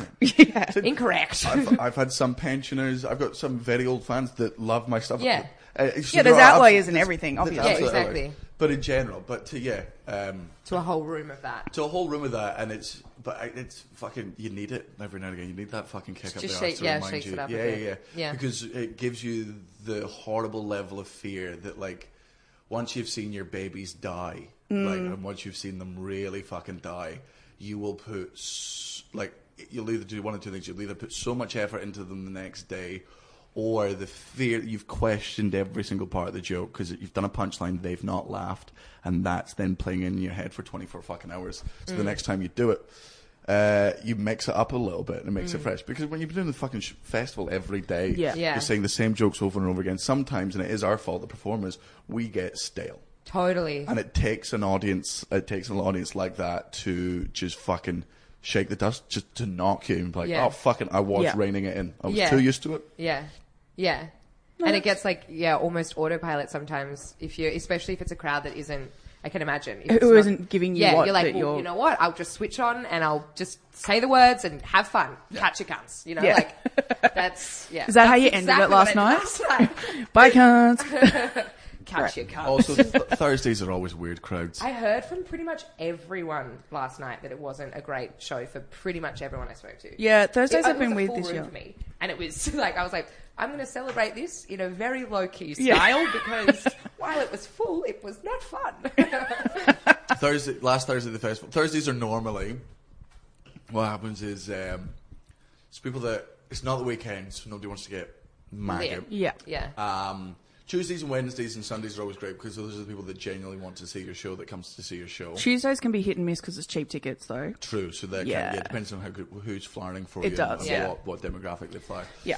[SPEAKER 3] Incorrect.
[SPEAKER 4] I've, I've had some pensioners. I've got some very old fans that love my stuff.
[SPEAKER 3] Yeah.
[SPEAKER 4] Uh, it's-
[SPEAKER 1] Yeah,
[SPEAKER 4] there
[SPEAKER 1] there's
[SPEAKER 4] are-
[SPEAKER 1] outliers in
[SPEAKER 4] there's-
[SPEAKER 1] everything,
[SPEAKER 4] there's
[SPEAKER 1] obviously.
[SPEAKER 3] Yeah,
[SPEAKER 4] absolute
[SPEAKER 3] exactly.
[SPEAKER 4] outliers. But in general, but to yeah, um,
[SPEAKER 3] to a whole room of that.
[SPEAKER 4] to a whole room of that, and it's but I- it's fucking you need it every now and again. You need that fucking kick up
[SPEAKER 3] Just
[SPEAKER 4] the
[SPEAKER 3] shake-
[SPEAKER 4] arse to
[SPEAKER 3] yeah,
[SPEAKER 4] remind
[SPEAKER 3] shakes
[SPEAKER 4] you.
[SPEAKER 3] it up a
[SPEAKER 4] yeah,
[SPEAKER 3] bit.
[SPEAKER 4] yeah, yeah,
[SPEAKER 3] Yeah.
[SPEAKER 4] Because it gives you the horrible level of fear that like. once you've seen your babies die, like, and once you've seen them really fucking die, you will put s- like you'll either do one of two things. You'll either put so much effort into them the next day, or the fear you've questioned every single part of the joke because you've done a punchline they've not laughed, and that's then playing in your head for twenty four fucking hours. So the next time you do it. Uh, you mix it up a little bit and it makes it fresh because when you've been doing the fucking sh- festival every day,
[SPEAKER 1] Yeah.
[SPEAKER 3] Mm. Yeah.
[SPEAKER 4] you're saying the same jokes over and over again. Sometimes, and it is our fault, the performers, we get stale.
[SPEAKER 3] Totally.
[SPEAKER 4] And it takes an audience, it takes an audience like that to just fucking shake the dust, just to knock you and be like,
[SPEAKER 3] Yeah.
[SPEAKER 4] oh, fucking, I was
[SPEAKER 1] Yeah.
[SPEAKER 4] reining it in. I was
[SPEAKER 3] Yeah.
[SPEAKER 4] too used to it.
[SPEAKER 3] Yeah. Yeah. and it gets like, yeah, almost autopilot sometimes if you, especially if it's a crowd that isn't, I can imagine. If it's
[SPEAKER 1] Who isn't giving you
[SPEAKER 3] Yeah,
[SPEAKER 1] what
[SPEAKER 3] you're like,
[SPEAKER 1] that
[SPEAKER 3] well,
[SPEAKER 1] you're-
[SPEAKER 3] you know what? I'll just switch on and I'll just say the words and have fun. Catch your cunts. You know,
[SPEAKER 1] Yeah.
[SPEAKER 3] like, that's, yeah.
[SPEAKER 1] Is that how
[SPEAKER 3] That's
[SPEAKER 1] you ended it
[SPEAKER 3] exactly
[SPEAKER 1] last
[SPEAKER 3] what I
[SPEAKER 1] night?
[SPEAKER 3] did last night.
[SPEAKER 1] Bye, cunts.
[SPEAKER 3] Catch your cunts.
[SPEAKER 4] Also, th- Thursdays are always weird crowds.
[SPEAKER 3] I heard from pretty much everyone last night that it wasn't a great show for pretty much everyone I spoke to.
[SPEAKER 1] Yeah, Thursdays
[SPEAKER 3] It-
[SPEAKER 1] have
[SPEAKER 3] it
[SPEAKER 1] been
[SPEAKER 3] was a
[SPEAKER 1] weird
[SPEAKER 3] full
[SPEAKER 1] this
[SPEAKER 3] room
[SPEAKER 1] year.
[SPEAKER 3] for me, and it was like I was like, I'm going to celebrate this in a very low key
[SPEAKER 1] Yeah.
[SPEAKER 3] style because while it was full, it was not fun.
[SPEAKER 4] Thursday, last Thursday of the festival. Thursdays are normally what happens is um, it's people that it's not the weekend, so nobody wants to get mad.
[SPEAKER 3] Yeah.
[SPEAKER 1] Yeah.
[SPEAKER 3] yeah,
[SPEAKER 4] Um, Tuesdays and Wednesdays and Sundays are always great because those are the people that genuinely want to see your show that comes to see your show.
[SPEAKER 1] Tuesdays can be hit and miss because it's cheap tickets, though.
[SPEAKER 4] True. So that yeah.
[SPEAKER 1] Yeah.
[SPEAKER 4] Kind of, yeah, it depends on how good, who's flying for
[SPEAKER 1] It
[SPEAKER 4] you
[SPEAKER 1] does,
[SPEAKER 4] and
[SPEAKER 3] yeah.
[SPEAKER 4] what, what demographic they fly.
[SPEAKER 1] Yeah.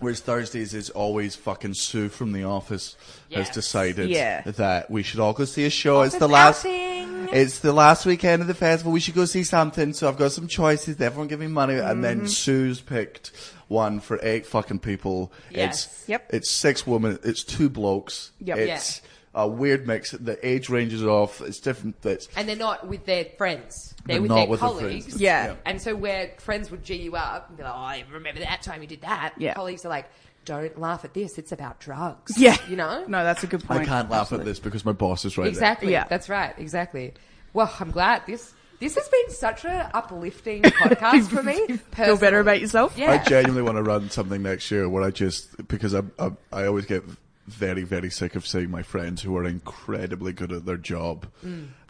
[SPEAKER 4] Whereas Thursdays is always fucking Sue from The Office
[SPEAKER 3] Yes.
[SPEAKER 4] has decided
[SPEAKER 1] Yeah.
[SPEAKER 4] that we should all go see a show. it's the
[SPEAKER 3] Office
[SPEAKER 4] last.
[SPEAKER 3] outing.
[SPEAKER 4] It's the last weekend of the festival. We should go see something. So I've got some choices. Everyone give me money, and then Sue's picked one for eight fucking people.
[SPEAKER 3] Yes.
[SPEAKER 4] It's,
[SPEAKER 1] Yep.
[SPEAKER 4] It's six women. It's two blokes.
[SPEAKER 1] Yep.
[SPEAKER 4] It's a weird mix. The age ranges are off. It's different. It's
[SPEAKER 3] and they're not with their friends; they're,
[SPEAKER 4] They're
[SPEAKER 3] with
[SPEAKER 4] not
[SPEAKER 3] their
[SPEAKER 4] with their
[SPEAKER 3] colleagues.
[SPEAKER 4] friends.
[SPEAKER 1] Yeah. Yeah.
[SPEAKER 3] and so where friends would g you up and be like, "Oh, I remember that time you did that."
[SPEAKER 1] Yeah.
[SPEAKER 3] colleagues are like, "Don't laugh at this; it's about drugs."
[SPEAKER 1] Yeah.
[SPEAKER 3] you know.
[SPEAKER 1] No, that's a good point.
[SPEAKER 4] I can't laugh at this because my boss is right
[SPEAKER 3] Exactly.
[SPEAKER 1] Yeah.
[SPEAKER 3] That's right. Exactly. Well, I'm glad this this has been such an uplifting podcast for me.
[SPEAKER 1] Feel
[SPEAKER 3] personally.
[SPEAKER 1] better about yourself?
[SPEAKER 3] Yeah.
[SPEAKER 4] there. I genuinely want to run something next year where I just because I I, I always get very very sick of seeing my friends who are incredibly good at their job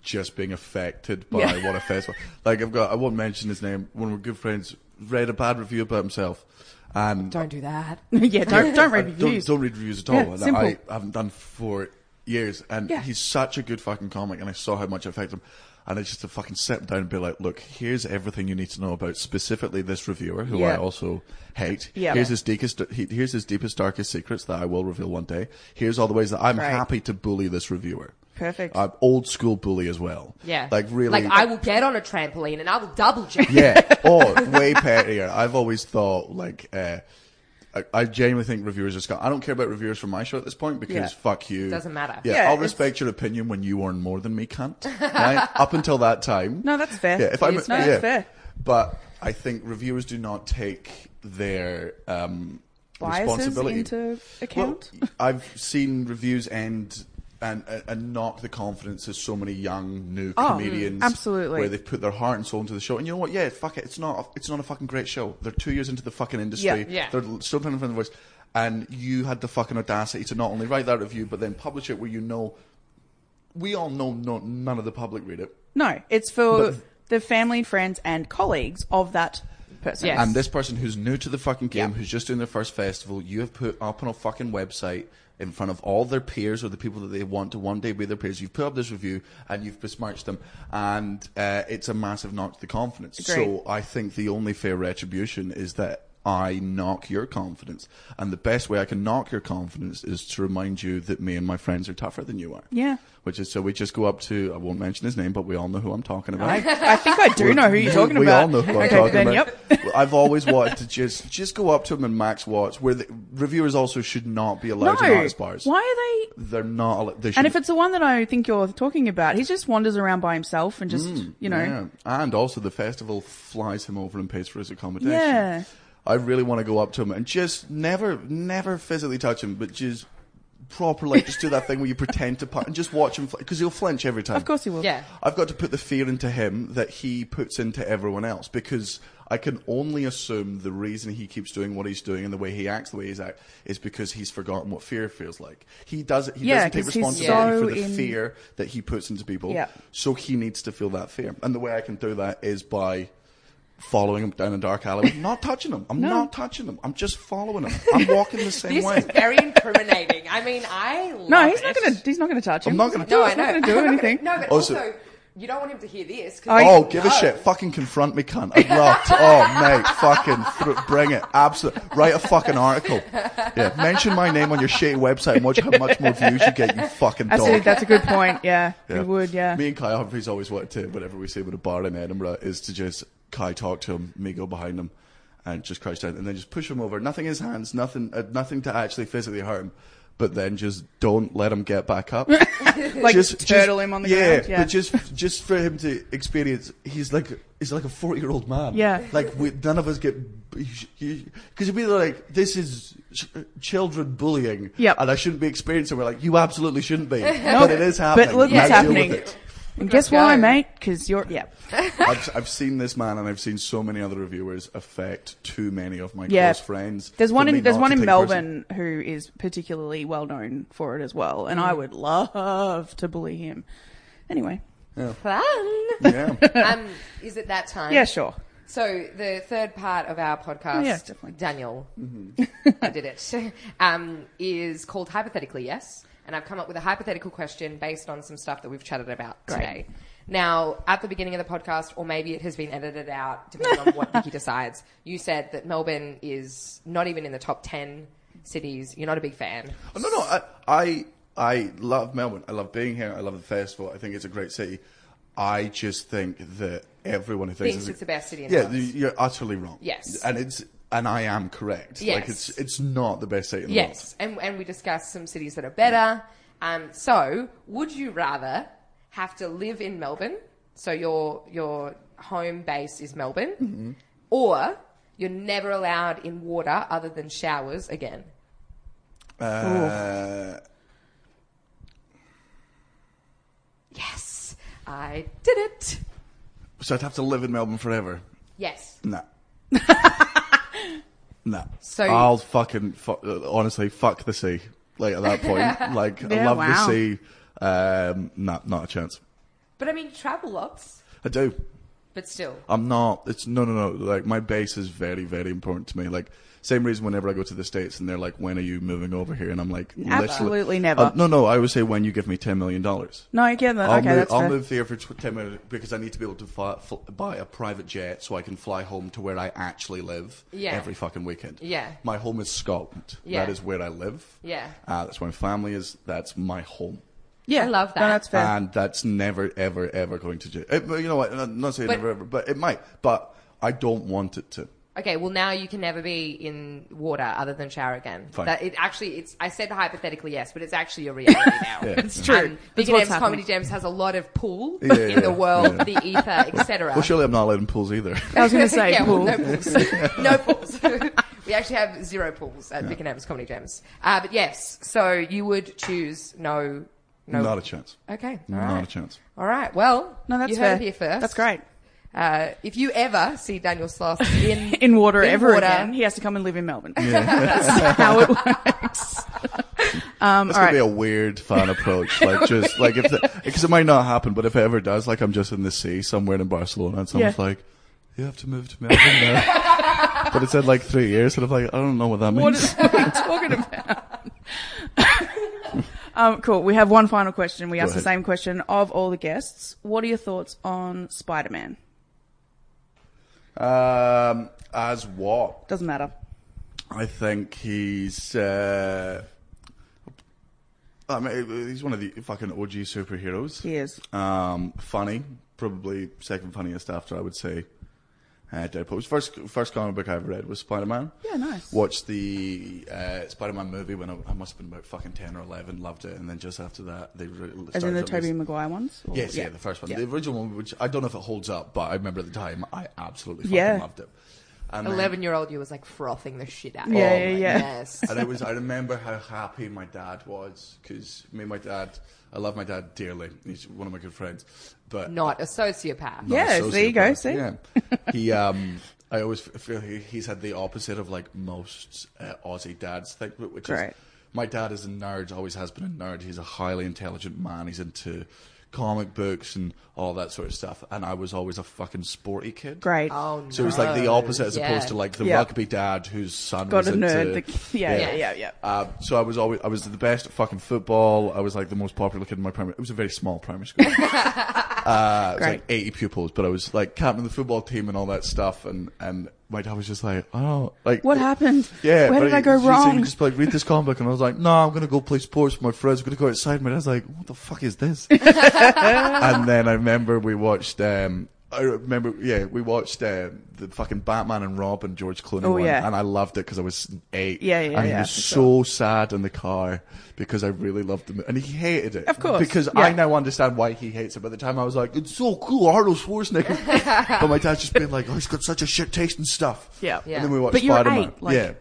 [SPEAKER 4] just being affected by
[SPEAKER 1] Mm. Yeah.
[SPEAKER 4] what a festival. Like I've got I won't mention his name. One of my good friends read a bad review about himself, and
[SPEAKER 3] Don't do that.
[SPEAKER 1] yeah, don't, don't read
[SPEAKER 4] I don't,
[SPEAKER 1] reviews.
[SPEAKER 4] don't read reviews at all.
[SPEAKER 1] Yeah,
[SPEAKER 4] and
[SPEAKER 1] simple.
[SPEAKER 4] I haven't done for years. And
[SPEAKER 1] Yeah.
[SPEAKER 4] he's such a good fucking comic, and I saw how much it affected him. And I just to fucking sit down and be like, look, here's everything you need to know about specifically this reviewer, who I
[SPEAKER 1] Yeah.
[SPEAKER 4] also hate.
[SPEAKER 1] Yeah.
[SPEAKER 4] Here's his deepest, he- here's his deepest, darkest secrets that I will reveal one day. Here's all the ways that I'm
[SPEAKER 1] Right.
[SPEAKER 4] happy to bully this reviewer.
[SPEAKER 1] Perfect.
[SPEAKER 4] I'm old school bully as well.
[SPEAKER 3] Yeah.
[SPEAKER 4] Like really.
[SPEAKER 3] Like I will get on a trampoline and I will double jump.
[SPEAKER 4] Yeah. Oh, way pettier. I've always thought like uh, I, I genuinely think reviewers are scum. I don't care about reviewers from my show at this point because
[SPEAKER 1] Yeah.
[SPEAKER 4] fuck you.
[SPEAKER 3] Doesn't matter.
[SPEAKER 4] Yeah,
[SPEAKER 1] Yeah,
[SPEAKER 4] I'll
[SPEAKER 1] it's-
[SPEAKER 4] respect your opinion when you earn more than me, cunt. Right? Up until that time.
[SPEAKER 1] No, that's fair.
[SPEAKER 4] Yeah, if I'm,
[SPEAKER 3] It is
[SPEAKER 1] fair.
[SPEAKER 4] yeah.
[SPEAKER 1] No, that's fair.
[SPEAKER 4] But I think reviewers do not take their um,
[SPEAKER 1] Biases
[SPEAKER 4] responsibility
[SPEAKER 1] into account?
[SPEAKER 4] Well, I've seen reviews end. And, and knock the confidence of so many young new
[SPEAKER 1] Oh,
[SPEAKER 4] comedians,
[SPEAKER 1] absolutely.
[SPEAKER 4] where they've put their heart and soul into the show. And you know what? Yeah, fuck it. It's not. A, it's not a fucking great show. They're two years into the fucking industry.
[SPEAKER 1] Yeah.
[SPEAKER 3] Yeah.
[SPEAKER 4] They're l- still trying to find the voice. And you had the fucking audacity to not only write that review, but then publish it where you know. We all know no, none of the public read it.
[SPEAKER 1] No, it's for the family, friends, and colleagues of that person.
[SPEAKER 3] Yes.
[SPEAKER 4] And this person who's new to the fucking game, who's just doing their first festival, you have put up on a fucking website in front of all their peers or the people that they want to one day be their peers. You've put up this review and you've besmirched them, and uh, it's a massive knock to the confidence.
[SPEAKER 1] Agreed.
[SPEAKER 4] So I think the only fair retribution is that I knock your confidence, and the best way I can knock your confidence is to remind you that me and my friends are tougher than you are.
[SPEAKER 1] Yeah.
[SPEAKER 4] Which is so we just go up to I won't mention his name, but we all know who I'm talking about.
[SPEAKER 1] I, I think I do know who you're
[SPEAKER 4] We-
[SPEAKER 1] talking
[SPEAKER 4] we
[SPEAKER 1] about.
[SPEAKER 4] all know who I'm
[SPEAKER 1] Okay,
[SPEAKER 4] talking
[SPEAKER 1] then,
[SPEAKER 4] about.
[SPEAKER 1] Yep.
[SPEAKER 4] Well, I've always wanted to just just go up to him and max watts. Where the, reviewers also should not be allowed in artist
[SPEAKER 1] No.
[SPEAKER 4] bars.
[SPEAKER 1] Why are they?
[SPEAKER 4] They're not. al- They should,
[SPEAKER 1] And if it's the one that I think you're talking about, he just wanders around by himself and just, you know,
[SPEAKER 4] Mm, yeah. and also the festival flies him over and pays for his accommodation.
[SPEAKER 1] Yeah.
[SPEAKER 4] I really want to go up to him and just never, never physically touch him, but just properly just do that thing where you pretend to punch and just watch him because he'll flinch every time.
[SPEAKER 1] of course he will.
[SPEAKER 3] Yeah.
[SPEAKER 4] I've got to put the fear into him that he puts into everyone else because I I can only assume the reason he keeps doing what he's doing and the way he acts the way he's act is because he's forgotten what fear feels like. He does he
[SPEAKER 1] Yeah,
[SPEAKER 4] doesn't take
[SPEAKER 1] 'cause he's
[SPEAKER 4] responsibility
[SPEAKER 1] so
[SPEAKER 4] for the
[SPEAKER 1] in-
[SPEAKER 4] fear that he puts into people.
[SPEAKER 1] Yeah.
[SPEAKER 4] So he needs to feel that fear. And the way I can do that is by following him down a dark alley, not touching him. I'm not touching him. I'm just following him. I'm walking the same
[SPEAKER 3] This
[SPEAKER 4] way.
[SPEAKER 3] is very incriminating. I mean, I love
[SPEAKER 1] No, he's not
[SPEAKER 3] it.
[SPEAKER 1] gonna. He's not gonna touch him.
[SPEAKER 4] I'm not gonna
[SPEAKER 1] No,
[SPEAKER 4] touch
[SPEAKER 1] he's
[SPEAKER 4] him.
[SPEAKER 1] not gonna do anything.
[SPEAKER 3] no, but
[SPEAKER 4] Also-
[SPEAKER 3] also, you don't want him to hear this. 'cause-
[SPEAKER 4] Oh, give a
[SPEAKER 3] No.
[SPEAKER 4] shit. Fucking confront me, cunt. I'd love to. Oh, mate. Fucking th- bring it. Absolutely. Write a fucking article. Yeah. Mention my name on your shitty website and watch how much more views you get, you fucking
[SPEAKER 1] That's a,
[SPEAKER 4] dog.
[SPEAKER 1] that's a good point. Yeah,
[SPEAKER 4] Yeah.
[SPEAKER 1] we would. Yeah.
[SPEAKER 4] Me and Kai Humphries always wanted to, whenever we see him at a bar in Edinburgh, is to just Kai talk to him, me go behind him, and just crouch down, and then just push him over. Nothing in his hands, nothing, uh, nothing to actually physically hurt him. But then just don't let him get back up.
[SPEAKER 1] Like turtle him on the
[SPEAKER 4] yeah,
[SPEAKER 1] ground, yeah.
[SPEAKER 4] but just just for him to experience, he's like he's like a forty year old man.
[SPEAKER 1] Yeah.
[SPEAKER 4] like we, none of us get because you'd be like, this is ch- children bullying.
[SPEAKER 1] Yep.
[SPEAKER 4] and I shouldn't be experiencing. it. We're like, you absolutely shouldn't be,
[SPEAKER 1] Nope.
[SPEAKER 4] but it is happening.
[SPEAKER 1] But look,
[SPEAKER 4] Now
[SPEAKER 1] it's
[SPEAKER 4] deal with
[SPEAKER 1] happening.
[SPEAKER 4] it.
[SPEAKER 1] And guess
[SPEAKER 3] Let's
[SPEAKER 1] why,
[SPEAKER 3] go.
[SPEAKER 1] mate? Because you're. Yeah.
[SPEAKER 4] I've, I've seen this man, and I've seen so many other reviewers affect too many of my
[SPEAKER 1] Yeah.
[SPEAKER 4] close friends.
[SPEAKER 1] There's one
[SPEAKER 4] for me
[SPEAKER 1] in there's
[SPEAKER 4] not
[SPEAKER 1] one
[SPEAKER 4] to
[SPEAKER 1] in
[SPEAKER 4] take
[SPEAKER 1] Melbourne who is particularly well known for it as well, and I
[SPEAKER 3] Mm.
[SPEAKER 1] would love to bully him. Anyway,
[SPEAKER 3] Fun.
[SPEAKER 4] person- Yeah,
[SPEAKER 3] um, is it that time?
[SPEAKER 1] yeah, sure.
[SPEAKER 3] So the third part of our podcast,
[SPEAKER 1] yeah, definitely. Mm-hmm.
[SPEAKER 3] Daniel, I did it, um, is called hypothetically yes, and I've come up with a hypothetical question based on some stuff that we've chatted about today. Now, at the beginning of the podcast, or maybe it has been edited out, depending on what Vicky decides. You said that Melbourne is not even in the top ten cities. You're not a big fan.
[SPEAKER 4] Oh, no, no, I, I I love Melbourne. I love being here. I love the festival. I think it's a great city. I just think that everyone who thinks,
[SPEAKER 3] Thinks it's the best city in
[SPEAKER 4] yeah,
[SPEAKER 3] France.
[SPEAKER 4] you- you're utterly wrong.
[SPEAKER 3] Yes.
[SPEAKER 4] and it's and I am correct. like
[SPEAKER 3] Yes.
[SPEAKER 4] it's it's not the best city in the world.
[SPEAKER 3] Yes, and and we discussed some cities that are better. Um, so, would you rather have to live in Melbourne, so your your home base is Melbourne, or you're never allowed in water other than showers again?
[SPEAKER 4] Uh,
[SPEAKER 3] Yes, I did it.
[SPEAKER 4] so I'd have to live in Melbourne forever.
[SPEAKER 3] Yes.
[SPEAKER 4] No. no.
[SPEAKER 3] So-
[SPEAKER 4] I'll fucking fu- honestly fuck the sea. Like at that point, like I
[SPEAKER 1] Yeah,
[SPEAKER 4] love
[SPEAKER 1] wow.
[SPEAKER 4] the sea. Um, no, not a chance.
[SPEAKER 3] But I mean, you travel lots,
[SPEAKER 4] I do.
[SPEAKER 3] but still.
[SPEAKER 4] I'm not. It's no, no, no. Like my base is very, very important to me. Like same reason whenever I go to the states and they're like, "When are you moving over here?" And I'm like, literally-
[SPEAKER 1] Absolutely never.
[SPEAKER 4] Uh, no, no. I would say when you give me ten million dollars.
[SPEAKER 1] No, I get that.
[SPEAKER 4] I'll,
[SPEAKER 1] okay,
[SPEAKER 4] move,
[SPEAKER 1] that's
[SPEAKER 4] I'll
[SPEAKER 1] fair.
[SPEAKER 4] move there for tw- 10 minutes because I need to be able to fi- fl- buy a private jet so I can fly home to where I actually live
[SPEAKER 3] Yeah.
[SPEAKER 4] every fucking weekend.
[SPEAKER 3] Yeah.
[SPEAKER 4] My home is Scotland.
[SPEAKER 3] Yeah.
[SPEAKER 4] That is where I live.
[SPEAKER 3] Yeah.
[SPEAKER 4] Uh, that's where my family is. That's my home.
[SPEAKER 1] Yeah,
[SPEAKER 3] I love
[SPEAKER 1] No,
[SPEAKER 3] that.
[SPEAKER 1] that's fair.
[SPEAKER 4] And that's never, ever, ever going to change. It, but you know what? I'm not saying
[SPEAKER 3] But-
[SPEAKER 4] never, ever, but it might. But I don't want it to.
[SPEAKER 3] Okay, well now you can never be in water other than shower again.
[SPEAKER 4] Fine.
[SPEAKER 3] That it actually it's I said hypothetically yes, but it's actually a reality now.
[SPEAKER 4] It's
[SPEAKER 1] true.
[SPEAKER 3] Um,
[SPEAKER 1] That's
[SPEAKER 3] Big
[SPEAKER 1] what's
[SPEAKER 3] Gems Comedy
[SPEAKER 1] happening.
[SPEAKER 3] Gems has a lot of pool
[SPEAKER 4] Yeah,
[SPEAKER 3] in
[SPEAKER 4] yeah,
[SPEAKER 3] the world,
[SPEAKER 4] yeah.
[SPEAKER 3] the ether, etc.
[SPEAKER 4] Well, surely I'm not allowed in pools either.
[SPEAKER 1] I was going to say
[SPEAKER 3] yeah, well,
[SPEAKER 1] pool.
[SPEAKER 3] no pools. no pools. we actually have zero pools at Big Gems Comedy Gems. Uh, but yes, so you would choose no no
[SPEAKER 4] Not a chance.
[SPEAKER 3] Okay. all
[SPEAKER 4] Not
[SPEAKER 3] right.
[SPEAKER 4] a chance.
[SPEAKER 3] All right. Well,
[SPEAKER 1] No, that's
[SPEAKER 3] you
[SPEAKER 1] fair.
[SPEAKER 3] heard it here first.
[SPEAKER 1] That's great.
[SPEAKER 3] Uh, if you ever see Daniel Sloth in
[SPEAKER 1] In water
[SPEAKER 3] in
[SPEAKER 1] ever
[SPEAKER 3] water,
[SPEAKER 1] again, he has to come and live in Melbourne. that's how it works. Um,
[SPEAKER 4] It's
[SPEAKER 1] all
[SPEAKER 4] gonna
[SPEAKER 1] right.
[SPEAKER 4] be a weird fan approach, like just like if because it might not happen, but if it ever does, like I'm just in the sea somewhere in Barcelona, and someone's
[SPEAKER 1] Yeah.
[SPEAKER 4] like, "You have to move to Melbourne now," but it said like three years, and I'm like, I don't know what that means.
[SPEAKER 1] What is what are you talking about? um, cool. We have one final question. We asked the
[SPEAKER 4] ahead.
[SPEAKER 1] same question of all the guests. What are your thoughts on Spider Man?
[SPEAKER 4] um, as what?
[SPEAKER 1] Doesn't matter.
[SPEAKER 4] I think he's. Uh, I mean, he's one of the fucking OG superheroes.
[SPEAKER 1] He is.
[SPEAKER 4] Um, funny, probably second funniest after I would say. Uh, Deadpool. His First, first comic book I ever read was Spider Man.
[SPEAKER 1] Yeah, nice.
[SPEAKER 4] Watched the uh, Spider Man movie when I, I must have been about fucking ten or eleven. Loved it, and then just after that, they re-
[SPEAKER 1] As
[SPEAKER 4] started
[SPEAKER 1] in the
[SPEAKER 4] releasing-
[SPEAKER 1] Toby Maguire ones? Or-
[SPEAKER 4] Yes, yeah, the first one,
[SPEAKER 1] Yeah.
[SPEAKER 4] the original one, which I don't know if it holds up, but I remember at the time I absolutely fucking
[SPEAKER 1] Yeah.
[SPEAKER 4] loved it. And then-
[SPEAKER 3] eleven-year-old you was like frothing the shit out. of
[SPEAKER 1] Yeah,
[SPEAKER 3] it.
[SPEAKER 1] yeah,
[SPEAKER 4] my
[SPEAKER 1] yeah.
[SPEAKER 3] Yes.
[SPEAKER 4] and it was I remember how happy my dad was because me and my dad I love my dad dearly he's one of my good friends but
[SPEAKER 3] Not a sociopath.
[SPEAKER 4] not a
[SPEAKER 1] Yes, there you go,
[SPEAKER 4] sociopath.
[SPEAKER 1] see?
[SPEAKER 4] yeah he um I always f- feel he- he's had the opposite of like most uh, Aussie dads think, but which
[SPEAKER 1] Right.
[SPEAKER 4] is my dad is a nerd, always has been a nerd. He's a highly intelligent man. He's into comic books and all that sort of stuff. And I was always a fucking sporty kid.
[SPEAKER 1] Great.
[SPEAKER 3] Oh.
[SPEAKER 4] So it was like the opposite as
[SPEAKER 3] Yeah.
[SPEAKER 4] opposed to like the
[SPEAKER 1] Oh, Yeah.
[SPEAKER 4] rugby dad whose son
[SPEAKER 1] Got
[SPEAKER 4] was
[SPEAKER 1] a nerd.
[SPEAKER 4] into-
[SPEAKER 1] The, yeah, yeah, yeah, yeah.
[SPEAKER 4] Uh, so I was always I was the best at fucking football. I was like the most popular kid in my primary. It was a very small primary school. uh, it was
[SPEAKER 1] Great.
[SPEAKER 4] like eighty pupils, but I was like captain of the football team and all that stuff. And and my dad was just like, oh, like
[SPEAKER 1] What happened?
[SPEAKER 4] Yeah,
[SPEAKER 1] Where
[SPEAKER 4] but
[SPEAKER 1] did
[SPEAKER 4] he-
[SPEAKER 1] I go
[SPEAKER 4] he said,
[SPEAKER 1] wrong?
[SPEAKER 4] Just like read this comic book, and I was like, no, I'm gonna go play sports with my friends. I'm gonna go outside. My dad's like, what the fuck is this? and then I remember we watched. Um, I remember, yeah, we watched uh, the fucking Batman and Robin George Clooney
[SPEAKER 1] Oh,
[SPEAKER 4] one,
[SPEAKER 1] yeah.
[SPEAKER 4] and I loved it because I was eight.
[SPEAKER 1] Yeah, yeah,
[SPEAKER 4] And he
[SPEAKER 1] yeah,
[SPEAKER 4] was
[SPEAKER 1] for
[SPEAKER 4] so sad in the car because I really loved him, and he hated it. Of
[SPEAKER 1] course,
[SPEAKER 4] because
[SPEAKER 1] yeah.
[SPEAKER 4] I now understand why he hates it. By the time I was like, it's so cool, Arnold Schwarzenegger, but my dad's just been like, oh, he's got such a shit taste in stuff.
[SPEAKER 1] Yeah. Yeah.
[SPEAKER 4] and then we watched
[SPEAKER 1] But you were
[SPEAKER 4] Spider Man.
[SPEAKER 1] eight, like-
[SPEAKER 4] yeah.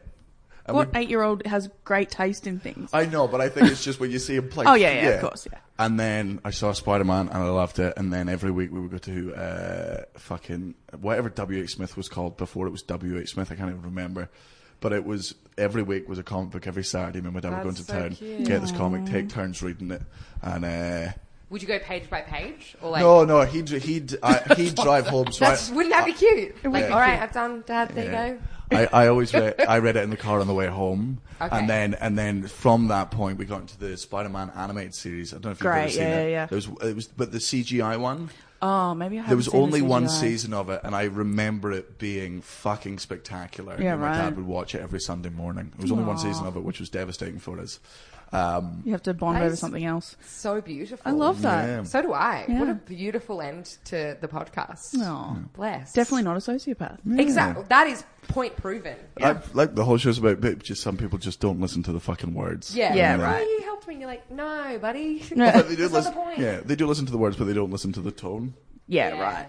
[SPEAKER 4] And
[SPEAKER 1] What
[SPEAKER 4] we-
[SPEAKER 1] eight year old has great taste in things?
[SPEAKER 4] I know, but I think it's just when you see him play.
[SPEAKER 1] Oh, yeah, yeah, of course, yeah.
[SPEAKER 4] And then I saw Spider Man and I loved it. And then every week we would go to uh, fucking whatever W H Smith was called before it was W H Smith. I can't even remember. But it was every week was a comic book every Saturday. Me and my dad would go
[SPEAKER 3] That's
[SPEAKER 4] into
[SPEAKER 3] so
[SPEAKER 4] town,
[SPEAKER 3] cute.
[SPEAKER 4] get this comic, take turns reading it, and. uh
[SPEAKER 3] Would you go page by page or like?
[SPEAKER 4] no, no, he'd he'd I, he'd drive home. So
[SPEAKER 3] That's,
[SPEAKER 4] I,
[SPEAKER 3] wouldn't that be cute? Like,
[SPEAKER 4] be
[SPEAKER 3] all right, I've done, Dad. There you go.
[SPEAKER 4] I, I always read I read it in the car on the way home,
[SPEAKER 3] Okay.
[SPEAKER 4] and then and then from that point we got into the Spider-Man animated series. I don't know if you've ever
[SPEAKER 1] Great,
[SPEAKER 4] seen
[SPEAKER 1] yeah, yeah,
[SPEAKER 4] it.
[SPEAKER 1] yeah.
[SPEAKER 4] There was it was but the CGI one.
[SPEAKER 1] oh, maybe I haven't
[SPEAKER 4] There was
[SPEAKER 1] seen the
[SPEAKER 4] only one
[SPEAKER 1] CGI.
[SPEAKER 4] season of it, and I remember it being fucking spectacular.
[SPEAKER 1] Yeah,
[SPEAKER 4] and my
[SPEAKER 1] right.
[SPEAKER 4] dad would watch it every Sunday morning. There was only one season of it, which was devastating for us. Um,
[SPEAKER 1] You have to bond
[SPEAKER 3] That
[SPEAKER 1] over
[SPEAKER 3] is-
[SPEAKER 1] something else.
[SPEAKER 3] So beautiful.
[SPEAKER 1] I love that.
[SPEAKER 4] yeah.
[SPEAKER 3] So do I. What
[SPEAKER 1] Yeah.
[SPEAKER 3] a beautiful end to the podcast.
[SPEAKER 1] Aw.
[SPEAKER 3] Bless.
[SPEAKER 1] Definitely not a sociopath.
[SPEAKER 3] Exactly. That is point proven.
[SPEAKER 4] I, like the whole show's about, but just some people just don't listen to the fucking words.
[SPEAKER 3] Yeah.
[SPEAKER 1] Yeah,
[SPEAKER 3] Like,
[SPEAKER 1] right.
[SPEAKER 3] Oh, you helped me. You're like, no, buddy.
[SPEAKER 4] But they do
[SPEAKER 3] That's not the
[SPEAKER 4] listen,
[SPEAKER 3] point.
[SPEAKER 4] yeah, they do listen to the words, but they don't listen to the tone.
[SPEAKER 1] Yeah,
[SPEAKER 3] Yeah.
[SPEAKER 1] right.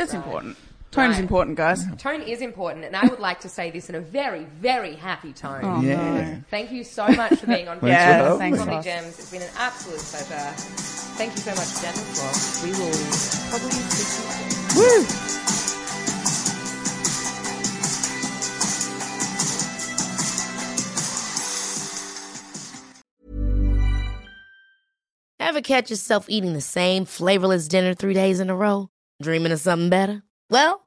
[SPEAKER 1] It's important. Tone is
[SPEAKER 3] Right.
[SPEAKER 1] important, guys.
[SPEAKER 3] Tone is important, and I would like to say this in a very, very happy tone.
[SPEAKER 4] yeah.
[SPEAKER 3] Thank you so much for being on
[SPEAKER 4] Thanks for having
[SPEAKER 1] thanks,
[SPEAKER 4] me.
[SPEAKER 3] Comedy
[SPEAKER 1] us.
[SPEAKER 3] Gems. It's been an absolute pleasure. Thank you so much, Dennis. We will probably speak to you soon.
[SPEAKER 1] Woo!
[SPEAKER 6] Ever catch yourself eating the same flavorless dinner three days in a row? Dreaming of something better? Well,